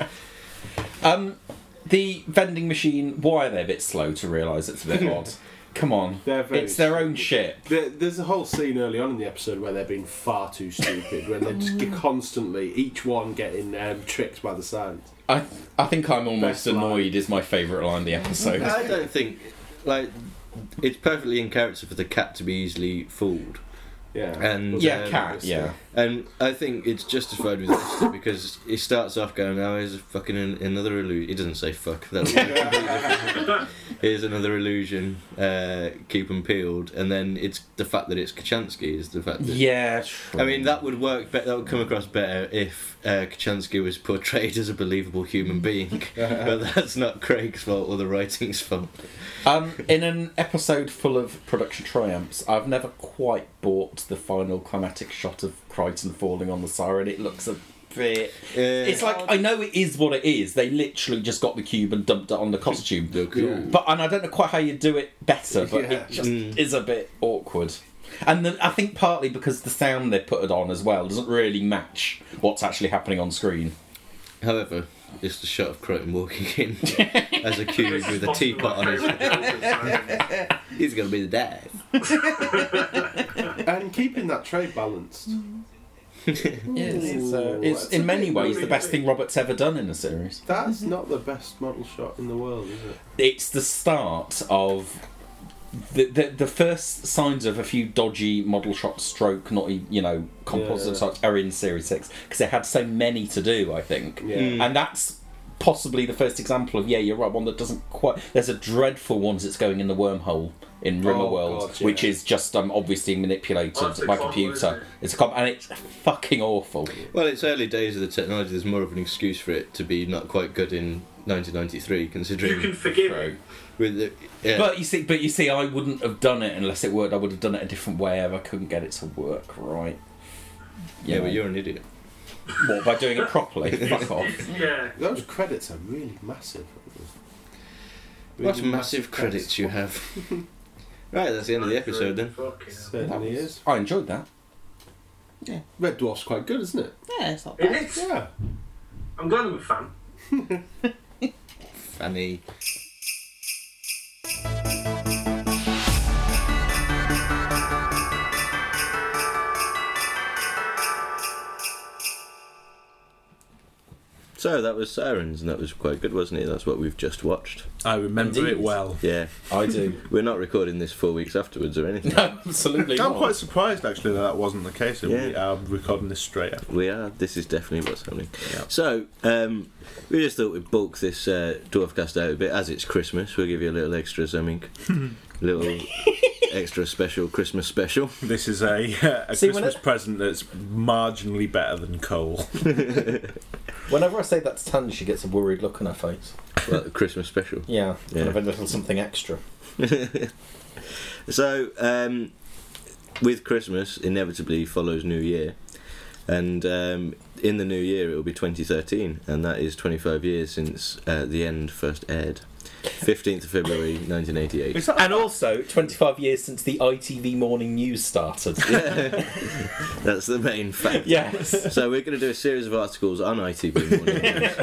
[SPEAKER 3] um, the vending machine. Why are they a bit slow to realise it's a bit odd? Come on,
[SPEAKER 2] They're very
[SPEAKER 3] it's their own shit.
[SPEAKER 2] There, there's a whole scene early on in the episode where they're being far too stupid, when they're just get constantly, each one getting um, tricked by the science.
[SPEAKER 3] I I think I'm almost
[SPEAKER 2] Best line.
[SPEAKER 3] annoyed. Is my favourite line of the episode.
[SPEAKER 1] I don't think, like, it's perfectly in character for the cat to be easily fooled.
[SPEAKER 2] Yeah.
[SPEAKER 1] And
[SPEAKER 3] yeah,
[SPEAKER 1] um,
[SPEAKER 3] cat. Yeah.
[SPEAKER 1] And I think it's justified with Lister because he starts off going, "Oh, here's a fucking an- another illusion." He doesn't say "fuck." That's here's another illusion. Uh, keep 'em peeled, and then it's the fact that it's Kachansky is the fact that.
[SPEAKER 3] Yeah.
[SPEAKER 1] I mean, that would work. Be- that would come across better if uh, Kachansky was portrayed as a believable human being. but that's not Craig's fault or the writing's fault.
[SPEAKER 3] Um, in an episode full of production triumphs, I've never quite bought the final climatic shot of Crichton falling on the siren. It looks a bit.
[SPEAKER 1] Uh,
[SPEAKER 3] It's like I know it is what it is. They literally just got the cube and dumped it on the costume.
[SPEAKER 1] the cool.
[SPEAKER 3] But and I don't know quite how you do it better, but it just
[SPEAKER 2] Mm.
[SPEAKER 3] is a bit awkward. And then I think partly because the sound they put it on as well doesn't really match what's actually happening on screen.
[SPEAKER 1] However, it's the shot of Croton walking in as a cube with a teapot on his He's gonna be the dad.
[SPEAKER 2] And keeping that trade balanced.
[SPEAKER 3] Yes, it's, uh,
[SPEAKER 2] Ooh,
[SPEAKER 3] it's
[SPEAKER 2] that's
[SPEAKER 3] in
[SPEAKER 2] a
[SPEAKER 3] many
[SPEAKER 2] bit
[SPEAKER 3] ways the
[SPEAKER 5] worrying.
[SPEAKER 3] best thing Robert's ever done in a series.
[SPEAKER 2] That's not the best model shot in the world, is it?
[SPEAKER 3] it's the start of the, the the first signs of a few dodgy model shot stroke, not e- you know composite
[SPEAKER 2] Yeah.
[SPEAKER 3] shots are in Series Six because they had so many to do. I think,
[SPEAKER 2] Yeah. Mm.
[SPEAKER 3] and that's possibly the first example of yeah, you're right. One that doesn't quite. There's a dreadful one that's going in the wormhole in Rimmerworld,
[SPEAKER 2] Oh, God, yeah.
[SPEAKER 3] which is just um, obviously manipulated
[SPEAKER 5] Oh, it's a
[SPEAKER 3] by
[SPEAKER 5] combo, isn't
[SPEAKER 3] computer.
[SPEAKER 5] it?
[SPEAKER 3] It's a comp, and it's fucking awful.
[SPEAKER 1] Well, it's early days of the technology. There's more of an excuse for it to be not quite good in 1993, considering.
[SPEAKER 5] You can forgive
[SPEAKER 3] Right.
[SPEAKER 5] it.
[SPEAKER 1] with the, yeah.
[SPEAKER 3] But you see, but you see, I wouldn't have done it unless it worked. I would have done it a different way if I couldn't get it to work right. You
[SPEAKER 1] yeah,
[SPEAKER 3] know,
[SPEAKER 1] but you're an idiot.
[SPEAKER 3] what by doing it properly? Fuck off.
[SPEAKER 5] Yeah.
[SPEAKER 2] Those credits are really massive.
[SPEAKER 1] What massive credits you have. right, that's the end of the episode then.
[SPEAKER 5] Fucking hell.
[SPEAKER 2] Certainly
[SPEAKER 3] That was-
[SPEAKER 2] is.
[SPEAKER 3] I enjoyed that.
[SPEAKER 2] Red Dwarf's quite good, isn't it?
[SPEAKER 4] Yeah, it's not
[SPEAKER 5] It
[SPEAKER 4] bad.
[SPEAKER 5] is.
[SPEAKER 2] Yeah.
[SPEAKER 5] I'm glad I'm a fan.
[SPEAKER 1] Fanny. So that was Sirens, and that was quite good, wasn't it? That's what we've just watched.
[SPEAKER 6] I remember
[SPEAKER 3] Indeed.
[SPEAKER 6] it well.
[SPEAKER 1] Yeah,
[SPEAKER 3] I do.
[SPEAKER 1] we're not recording this four weeks afterwards or anything.
[SPEAKER 3] Absolutely.
[SPEAKER 6] I'm
[SPEAKER 3] not.
[SPEAKER 6] quite surprised actually that that wasn't the case. that We
[SPEAKER 1] Yeah.
[SPEAKER 6] are recording this straight after.
[SPEAKER 1] We are. This is definitely what's happening. So, um, we just thought we'd bulk this uh, dwarf cast out a bit. As it's Christmas, we'll give you a little extra something. little extra special Christmas special.
[SPEAKER 6] This is a, a
[SPEAKER 3] See, when
[SPEAKER 6] Christmas
[SPEAKER 3] it-
[SPEAKER 6] present that's marginally better than coal.
[SPEAKER 3] Whenever I say that to Tan, she gets a worried look on her face.
[SPEAKER 1] Well, a Christmas special.
[SPEAKER 3] Yeah,
[SPEAKER 1] Yeah.
[SPEAKER 3] kind of a little something extra.
[SPEAKER 1] So, um, with Christmas, inevitably follows New Year. And um, in the new year, it will be 2013, and that is 25 years since uh, the end first aired. 15th of February 1988.
[SPEAKER 3] And also, 25 years since the ITV morning news started.
[SPEAKER 1] That's the main fact.
[SPEAKER 3] yes.
[SPEAKER 1] So we're going to do a series of articles on ITV Morning News.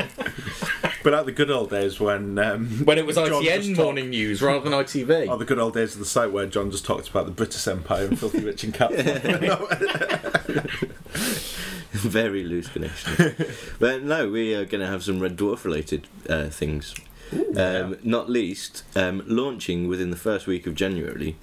[SPEAKER 6] But like the good old days when um,
[SPEAKER 3] When it was
[SPEAKER 6] John just
[SPEAKER 3] ITN
[SPEAKER 6] talked-
[SPEAKER 3] morning news rather than ITV.
[SPEAKER 6] Oh, the good old days of the site where John just talked about the British Empire and Filthy Rich and Cat.
[SPEAKER 1] Very loose connection. But no, we are going to have some Red Dwarf related uh, things. um, Not least, um, launching within the first week of January,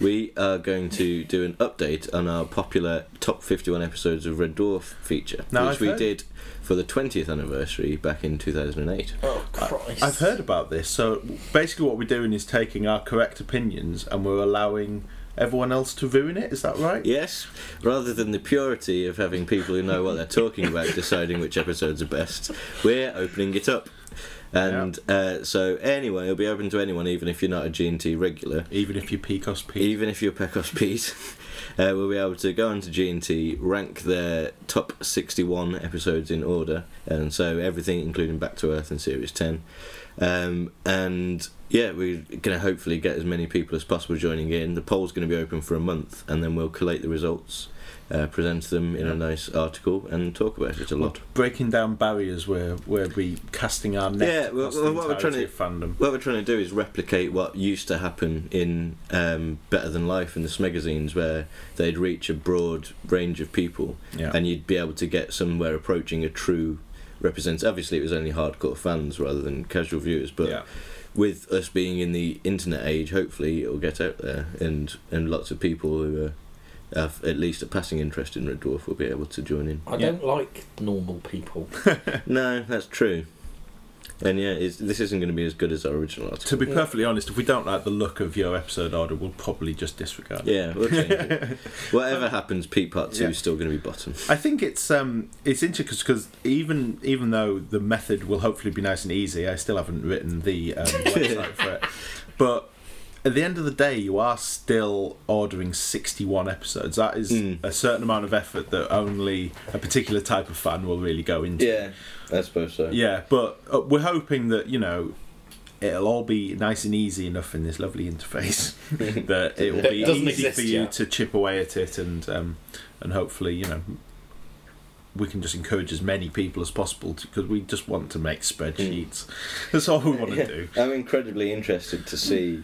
[SPEAKER 1] we are going to do an update on our popular top 51 episodes of Red Dwarf feature,
[SPEAKER 6] Now,
[SPEAKER 1] which
[SPEAKER 6] I've
[SPEAKER 1] we
[SPEAKER 6] heard-
[SPEAKER 1] did for the 20th anniversary back in 2008.
[SPEAKER 3] Oh, Christ.
[SPEAKER 6] I've heard about this. So basically, what we're doing is taking our correct opinions and we're allowing everyone else to ruin it. Is that right?
[SPEAKER 1] Yes, rather than the purity of having people who know what they're talking about deciding which episodes are best, we're opening it up. And uh, so, anyway, it'll be open to anyone, even if you're not a G&T regular.
[SPEAKER 6] Even if you Pecos Pete.
[SPEAKER 1] Even if you're Pecos Pete, uh, we'll be able to go onto G&T, rank their top 61 episodes in order, and so everything including Back to Earth and Series 10. Um, and yeah, we're going to hopefully get as many people as possible joining in. The poll's going to be open for a month, and then we'll collate the results, uh, present them in a nice article, and talk about it a lot.
[SPEAKER 6] breaking down barriers where where we casting our net
[SPEAKER 1] Yeah, well,
[SPEAKER 6] across the
[SPEAKER 1] well, what we're
[SPEAKER 6] entirety
[SPEAKER 1] trying to-
[SPEAKER 6] of fandom.
[SPEAKER 1] What we're trying to do is replicate what used to happen in um, Better Than Life and the Smegazines, where they'd reach a broad range of people,
[SPEAKER 6] Yeah.
[SPEAKER 1] and you'd be able to get somewhere approaching a true represent. Obviously, it was only hardcore fans rather than casual viewers, but
[SPEAKER 6] yeah.
[SPEAKER 1] with us being in the internet age, hopefully it'll get out there, and and lots of people who are, have at least a passing interest in Red Dwarf will be able to join in.
[SPEAKER 3] I don't like normal people.
[SPEAKER 1] No, that's true. And yeah, it's, this isn't going to be as good as our original article.
[SPEAKER 6] To be perfectly honest, if we don't like the look of your episode order, we'll probably just disregard. it.
[SPEAKER 1] Yeah, we'll change it. Whatever happens, Pete Part Two
[SPEAKER 6] Yeah.
[SPEAKER 1] is still going to be bottom.
[SPEAKER 6] I think it's um it's interesting because even even though the method will hopefully be nice and easy, I still haven't written the um, website for it. But at the end of the day, you are still ordering sixty-one episodes. That is
[SPEAKER 1] Mm.
[SPEAKER 6] a certain amount of effort that only a particular type of fan will really go into.
[SPEAKER 1] I suppose so.
[SPEAKER 6] Yeah, but uh, we're hoping that you know it'll all be nice and easy enough in this lovely interface that it will
[SPEAKER 3] That
[SPEAKER 6] be
[SPEAKER 3] doesn't
[SPEAKER 6] easy
[SPEAKER 3] exist
[SPEAKER 6] for you
[SPEAKER 3] yet.
[SPEAKER 6] to chip away at it and um, and hopefully you know we can just encourage as many people as possible because we just want to make
[SPEAKER 3] Mm.
[SPEAKER 6] spreadsheets. That's all we want to do.
[SPEAKER 1] I'm incredibly interested to see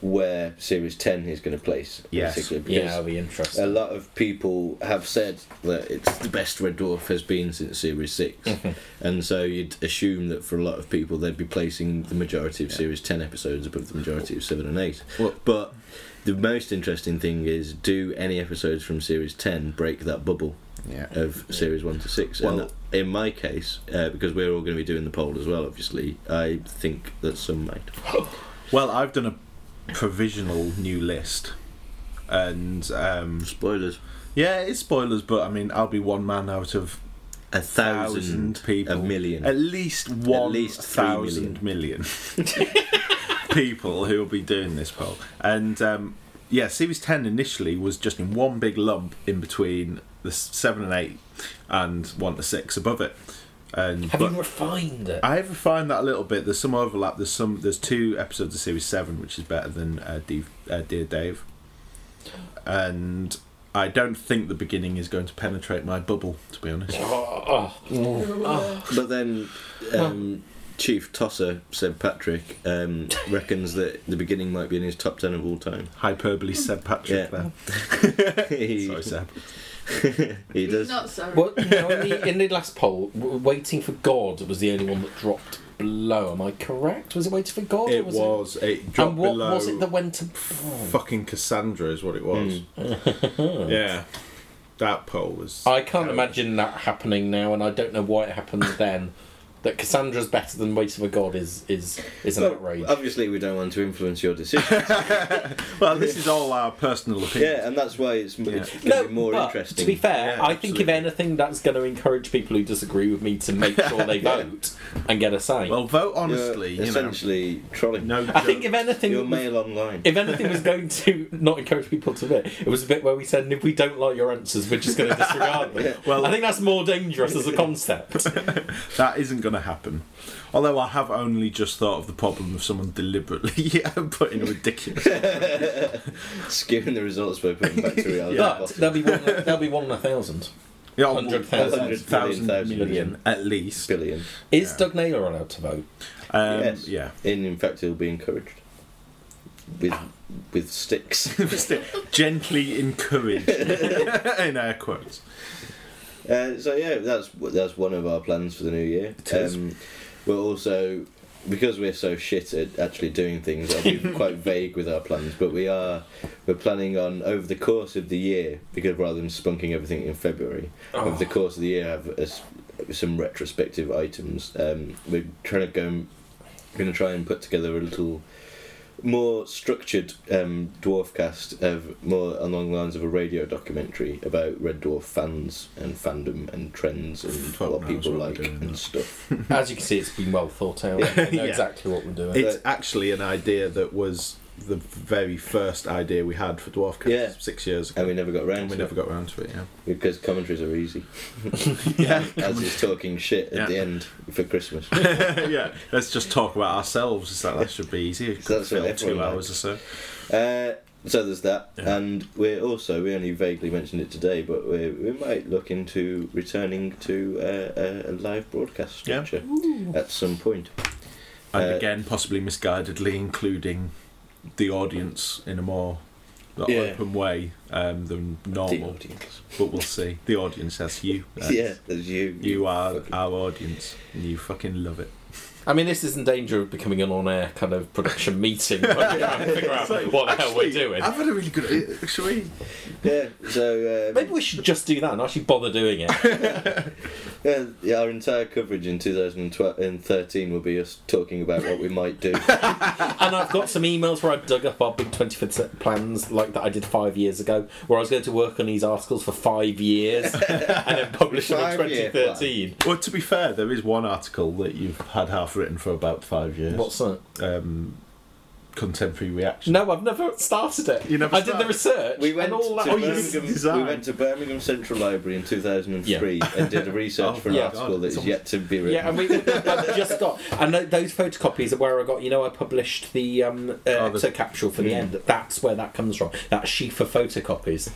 [SPEAKER 1] where Series Ten is going to place.
[SPEAKER 6] Yes.
[SPEAKER 1] particularly,
[SPEAKER 3] Yeah,
[SPEAKER 1] because
[SPEAKER 3] that'll be interesting.
[SPEAKER 1] A lot of people have said that it's the best Red Dwarf has been since Series 6,
[SPEAKER 6] Hmm.
[SPEAKER 1] and so you'd assume that for a lot of people they'd be placing the majority of Series 10 episodes above the majority of 7 and 8.
[SPEAKER 6] Well-
[SPEAKER 1] but the most interesting thing is do any episodes from Series 10 break that bubble
[SPEAKER 6] Yeah.
[SPEAKER 1] of Series 1 to 6?
[SPEAKER 6] Well,
[SPEAKER 1] and in my case, uh, because we're all going to be doing the poll as well, obviously, I think that some might.
[SPEAKER 6] Well, I've done a provisional new list, and um,
[SPEAKER 1] Spoilers.
[SPEAKER 6] yeah, it's spoilers, but I mean, I'll be one man out of
[SPEAKER 1] A thousand, Uh,
[SPEAKER 6] thousand people,
[SPEAKER 1] a million.
[SPEAKER 6] at least one
[SPEAKER 1] least three
[SPEAKER 6] thousand million people who will be doing this poll. And um, yeah, Series Ten initially was just in one big lump in between the s- seven and eight, and one to six above it. And
[SPEAKER 3] Have
[SPEAKER 6] but-
[SPEAKER 3] you refined it?
[SPEAKER 6] I have refined that a little bit. There's some overlap. There's some. There's two episodes of series seven, which is better than uh, Dave, uh, Dear Dave. And I don't think the beginning is going to penetrate my bubble. To be honest,
[SPEAKER 3] Oh, oh.
[SPEAKER 1] But then um, Chief Tosser, said Patrick, um, reckons that the beginning might be in his top 10 of all time.
[SPEAKER 6] hyperbole, Seb Patrick.
[SPEAKER 1] Yeah.
[SPEAKER 6] There,
[SPEAKER 1] he,
[SPEAKER 6] sorry, Seb.
[SPEAKER 1] he does.
[SPEAKER 7] Not sorry.
[SPEAKER 3] Well, no, in, the, in the last poll, w- Waiting for God was the only one that dropped below. Am I correct? Was it Waiting for God? or
[SPEAKER 6] It
[SPEAKER 3] was
[SPEAKER 6] was. It dropped
[SPEAKER 3] And what
[SPEAKER 6] below.
[SPEAKER 3] was it that went to.
[SPEAKER 6] fucking Cassandra is what it was. yeah, that poll was.
[SPEAKER 3] I can't imagine that happening now, and I don't know why it happened then. That Cassandra's better than Waiting for God is is is an outrage.
[SPEAKER 1] Obviously, we don't want to influence your decision.
[SPEAKER 6] well, this is all our personal opinion.
[SPEAKER 1] yeah, and that's why it's, it's going to be more
[SPEAKER 3] but
[SPEAKER 1] interesting.
[SPEAKER 3] To be fair,
[SPEAKER 6] Yeah,
[SPEAKER 3] I think if
[SPEAKER 6] absolutely.
[SPEAKER 3] anything, that's going to encourage people who disagree with me to make sure they vote and get a say.
[SPEAKER 6] Well, vote
[SPEAKER 1] You're
[SPEAKER 6] honestly. You know,
[SPEAKER 1] essentially trolling.
[SPEAKER 6] no.
[SPEAKER 3] I think if
[SPEAKER 1] Your
[SPEAKER 3] anything,
[SPEAKER 1] mail online.
[SPEAKER 3] if anything was going to not encourage people to vote, it was a bit where we said, if we don't like your answers, we're just going to disregard them.
[SPEAKER 6] Well-
[SPEAKER 3] Well, I think that's more dangerous as a concept.
[SPEAKER 6] That isn't going to happen. Although I have only just thought of the problem of someone deliberately yeah, putting a ridiculous.
[SPEAKER 1] Skewing the results by putting back to reality.
[SPEAKER 3] But there'll be one. There'll be one in a thousand.
[SPEAKER 6] Yeah, well,
[SPEAKER 3] 100,000,
[SPEAKER 6] thousand,
[SPEAKER 1] 100,000,
[SPEAKER 6] thousand million at least.
[SPEAKER 1] billion.
[SPEAKER 3] Is Doug Naylor allowed to vote?
[SPEAKER 6] Um,
[SPEAKER 1] Yes.
[SPEAKER 6] Yeah.
[SPEAKER 1] And in fact, he'll be encouraged with with sticks.
[SPEAKER 6] Just gently encouraged in air quotes.
[SPEAKER 1] Uh, so yeah, that's that's one of our plans for the new year.
[SPEAKER 6] is.
[SPEAKER 1] Um, we're also because we're so shit at actually doing things, I'll be quite vague with our plans. But we are we're planning on over the course of the year because rather than spunking everything in February,
[SPEAKER 6] Oh.
[SPEAKER 1] over the course of the year have a s some retrospective items. Um, we're trying to go. and- Going to try and put together a little more structured um, dwarf cast of more along the lines of a radio documentary about Red Dwarf fans and fandom and trends and
[SPEAKER 6] Fuck
[SPEAKER 1] what
[SPEAKER 6] knows
[SPEAKER 1] people
[SPEAKER 6] what we're
[SPEAKER 1] like
[SPEAKER 6] doing
[SPEAKER 1] and
[SPEAKER 6] now.
[SPEAKER 1] stuff.
[SPEAKER 3] As you can see, it's been well thought out. I know
[SPEAKER 6] Yeah.
[SPEAKER 3] exactly what we're doing.
[SPEAKER 6] It's actually an idea that was the very first idea we had for Dwarfcast
[SPEAKER 1] Yeah.
[SPEAKER 6] six years ago.
[SPEAKER 1] And we never got
[SPEAKER 6] and
[SPEAKER 1] round
[SPEAKER 6] we
[SPEAKER 1] to
[SPEAKER 6] never
[SPEAKER 1] it
[SPEAKER 6] got around to it, yeah.
[SPEAKER 1] because commentaries are easy.
[SPEAKER 6] Yeah,
[SPEAKER 1] As is talking shit at
[SPEAKER 6] Yeah.
[SPEAKER 1] the end for Christmas.
[SPEAKER 6] yeah. Let's just talk about ourselves. It's like, that should be easier.
[SPEAKER 1] So that's what
[SPEAKER 6] Fill two
[SPEAKER 1] everyone
[SPEAKER 6] hours or so.
[SPEAKER 1] Uh, so there's that,
[SPEAKER 6] Yeah.
[SPEAKER 1] and we're also we only vaguely mentioned it today, but we we might look into returning to uh, a, a live broadcast
[SPEAKER 6] Yeah.
[SPEAKER 1] structure at some point.
[SPEAKER 6] and
[SPEAKER 1] Uh,
[SPEAKER 6] again possibly misguidedly including the audience in a more like,
[SPEAKER 1] Yeah.
[SPEAKER 6] open way um, than
[SPEAKER 1] The
[SPEAKER 6] normal
[SPEAKER 1] audience.
[SPEAKER 6] but we'll see the audience has you That's-
[SPEAKER 1] Yeah, there's you.
[SPEAKER 6] you are
[SPEAKER 1] fucking-
[SPEAKER 6] our audience and you fucking love it
[SPEAKER 3] I mean, this is in danger of becoming an on-air kind of production meeting. where we're trying to figure out what the hell we're doing.
[SPEAKER 6] had a really good uh, actually
[SPEAKER 1] Yeah, so um,
[SPEAKER 3] Maybe we should just do that and actually bother doing it.
[SPEAKER 1] Yeah, yeah, our entire coverage in 2013 will be us talking about what we might do.
[SPEAKER 3] and I've got some emails where I dug up our big 25 plans, like that I did five years ago, where I was going to work on these articles for five years and then publish them in
[SPEAKER 1] Five-year
[SPEAKER 3] 2013.
[SPEAKER 6] well to be fair there is one article that you've had half written for about five years
[SPEAKER 3] What's that?
[SPEAKER 6] um, contemporary reaction
[SPEAKER 3] No, I've never started it.
[SPEAKER 6] You never
[SPEAKER 3] I did the
[SPEAKER 6] started.
[SPEAKER 3] research.
[SPEAKER 1] We went,
[SPEAKER 3] and all that.
[SPEAKER 1] to
[SPEAKER 6] Oh, you did
[SPEAKER 1] Birmingham,
[SPEAKER 6] design.
[SPEAKER 1] we went to Birmingham Central Library in 2003 and did a research
[SPEAKER 6] Oh,
[SPEAKER 1] for an
[SPEAKER 6] yeah.
[SPEAKER 1] article
[SPEAKER 6] God,
[SPEAKER 1] that is
[SPEAKER 6] it's
[SPEAKER 1] yet to be written.
[SPEAKER 3] Yeah, and we I've just got and tho- those photocopies are where I got. You know, I published the um, uh,
[SPEAKER 6] the-
[SPEAKER 3] Ecto capsule for the end. That's where that comes from. That sheaf of photocopies.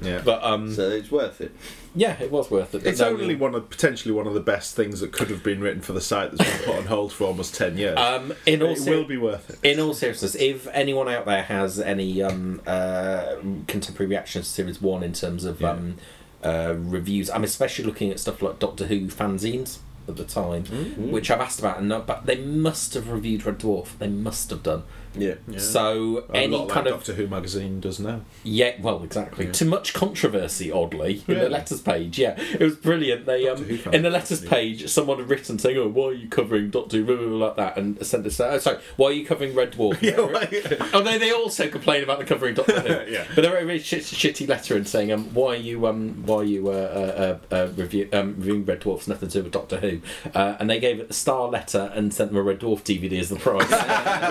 [SPEAKER 6] yeah
[SPEAKER 3] But um,
[SPEAKER 1] so it's worth it.
[SPEAKER 3] yeah, it was worth it. But
[SPEAKER 6] It's
[SPEAKER 3] no,
[SPEAKER 6] only one of potentially one of the best things that could have been written for the site that's been put on hold for almost ten years.
[SPEAKER 3] Um, in all
[SPEAKER 6] it
[SPEAKER 3] ser-
[SPEAKER 6] will be worth it.
[SPEAKER 3] In all seriousness, if anyone out there has any um, uh, contemporary reactions to series one in terms of um, uh, reviews, I'm especially looking at stuff like Doctor Who fanzines. at the time,
[SPEAKER 7] Mm-hmm.
[SPEAKER 3] which I've asked about, and not, but they must have reviewed Red Dwarf. They must have done.
[SPEAKER 1] Yeah.
[SPEAKER 3] So
[SPEAKER 7] A
[SPEAKER 3] any
[SPEAKER 7] lot like
[SPEAKER 3] kind of
[SPEAKER 7] Doctor Who magazine does now.
[SPEAKER 3] yeah, well, exactly. To much controversy, oddly, in the
[SPEAKER 7] Really?
[SPEAKER 3] letters page. Yeah, it was brilliant. They um,
[SPEAKER 7] Who fan.
[SPEAKER 3] in the letters page, someone had written saying, "Oh, why are you covering Doctor Who?" blah, blah, blah, like that, and sent this. out. Oh, sorry, why are you covering Red Dwarf? Although they also complain about the covering Doctor Who.
[SPEAKER 7] Yeah.
[SPEAKER 3] But they wrote a really shit, shitty letter and saying, um, "Why are you um, why are you uh, uh, uh, uh, review, um, reviewing Red Dwarf's nothing to do with Doctor Who?" Uh, and they gave it a star letter and sent them a Red Dwarf DVD as the prize,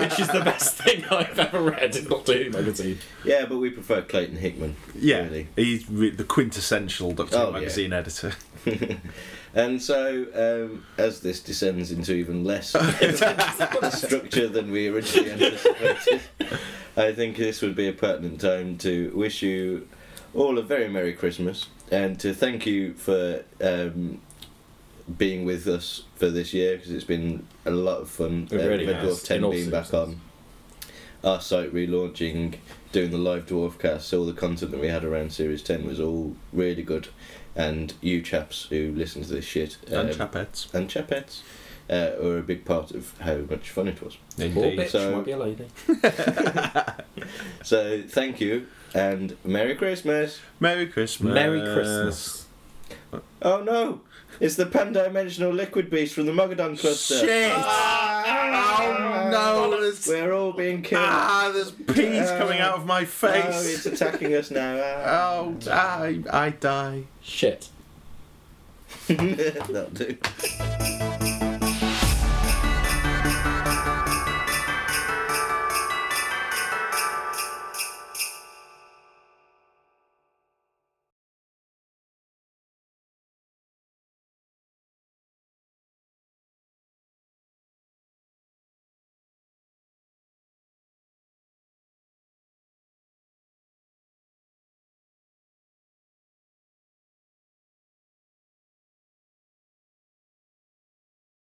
[SPEAKER 3] which is the best thing I've ever read in Doctor Who magazine.
[SPEAKER 1] Yeah, but we prefer Clayton Hickman.
[SPEAKER 6] Yeah,
[SPEAKER 1] Really.
[SPEAKER 6] he's re- the quintessential Doctor
[SPEAKER 1] Oh,
[SPEAKER 6] Who
[SPEAKER 1] yeah.
[SPEAKER 6] magazine editor.
[SPEAKER 1] And so, um, as this descends into even less structure than we originally anticipated, I think this would be a pertinent time to wish you all a very Merry Christmas and to thank you for um, being with us for this year because it's been a lot of fun.
[SPEAKER 3] It really
[SPEAKER 1] Red
[SPEAKER 3] has,
[SPEAKER 1] Dwarf 10
[SPEAKER 3] in all
[SPEAKER 1] being back
[SPEAKER 3] senses.
[SPEAKER 1] on. Our site relaunching, doing the live dwarf cast, all the content that we had around Series 10 was all really good. And you chaps who listen to this shit
[SPEAKER 6] and
[SPEAKER 1] um,
[SPEAKER 6] Chapettes.
[SPEAKER 1] and chapettes uh, were a big part of how much fun it was.
[SPEAKER 3] Or
[SPEAKER 6] Indeed.
[SPEAKER 3] bitch,
[SPEAKER 1] So-
[SPEAKER 3] might be a lady.
[SPEAKER 1] So thank you and Merry Christmas.
[SPEAKER 6] Merry Christmas.
[SPEAKER 3] Merry Christmas.
[SPEAKER 1] Oh no, it's the pan-dimensional liquid beast from the Mogadon cluster.
[SPEAKER 6] Shit! oh no! There's,
[SPEAKER 1] We're all being killed.
[SPEAKER 6] ah, there's peas
[SPEAKER 1] Ah.
[SPEAKER 6] coming out of
[SPEAKER 1] Oh,
[SPEAKER 6] my
[SPEAKER 1] it's
[SPEAKER 6] face.
[SPEAKER 1] attacking us now. Ah.
[SPEAKER 6] Oh, I, I die.
[SPEAKER 3] Shit.
[SPEAKER 1] That'll do.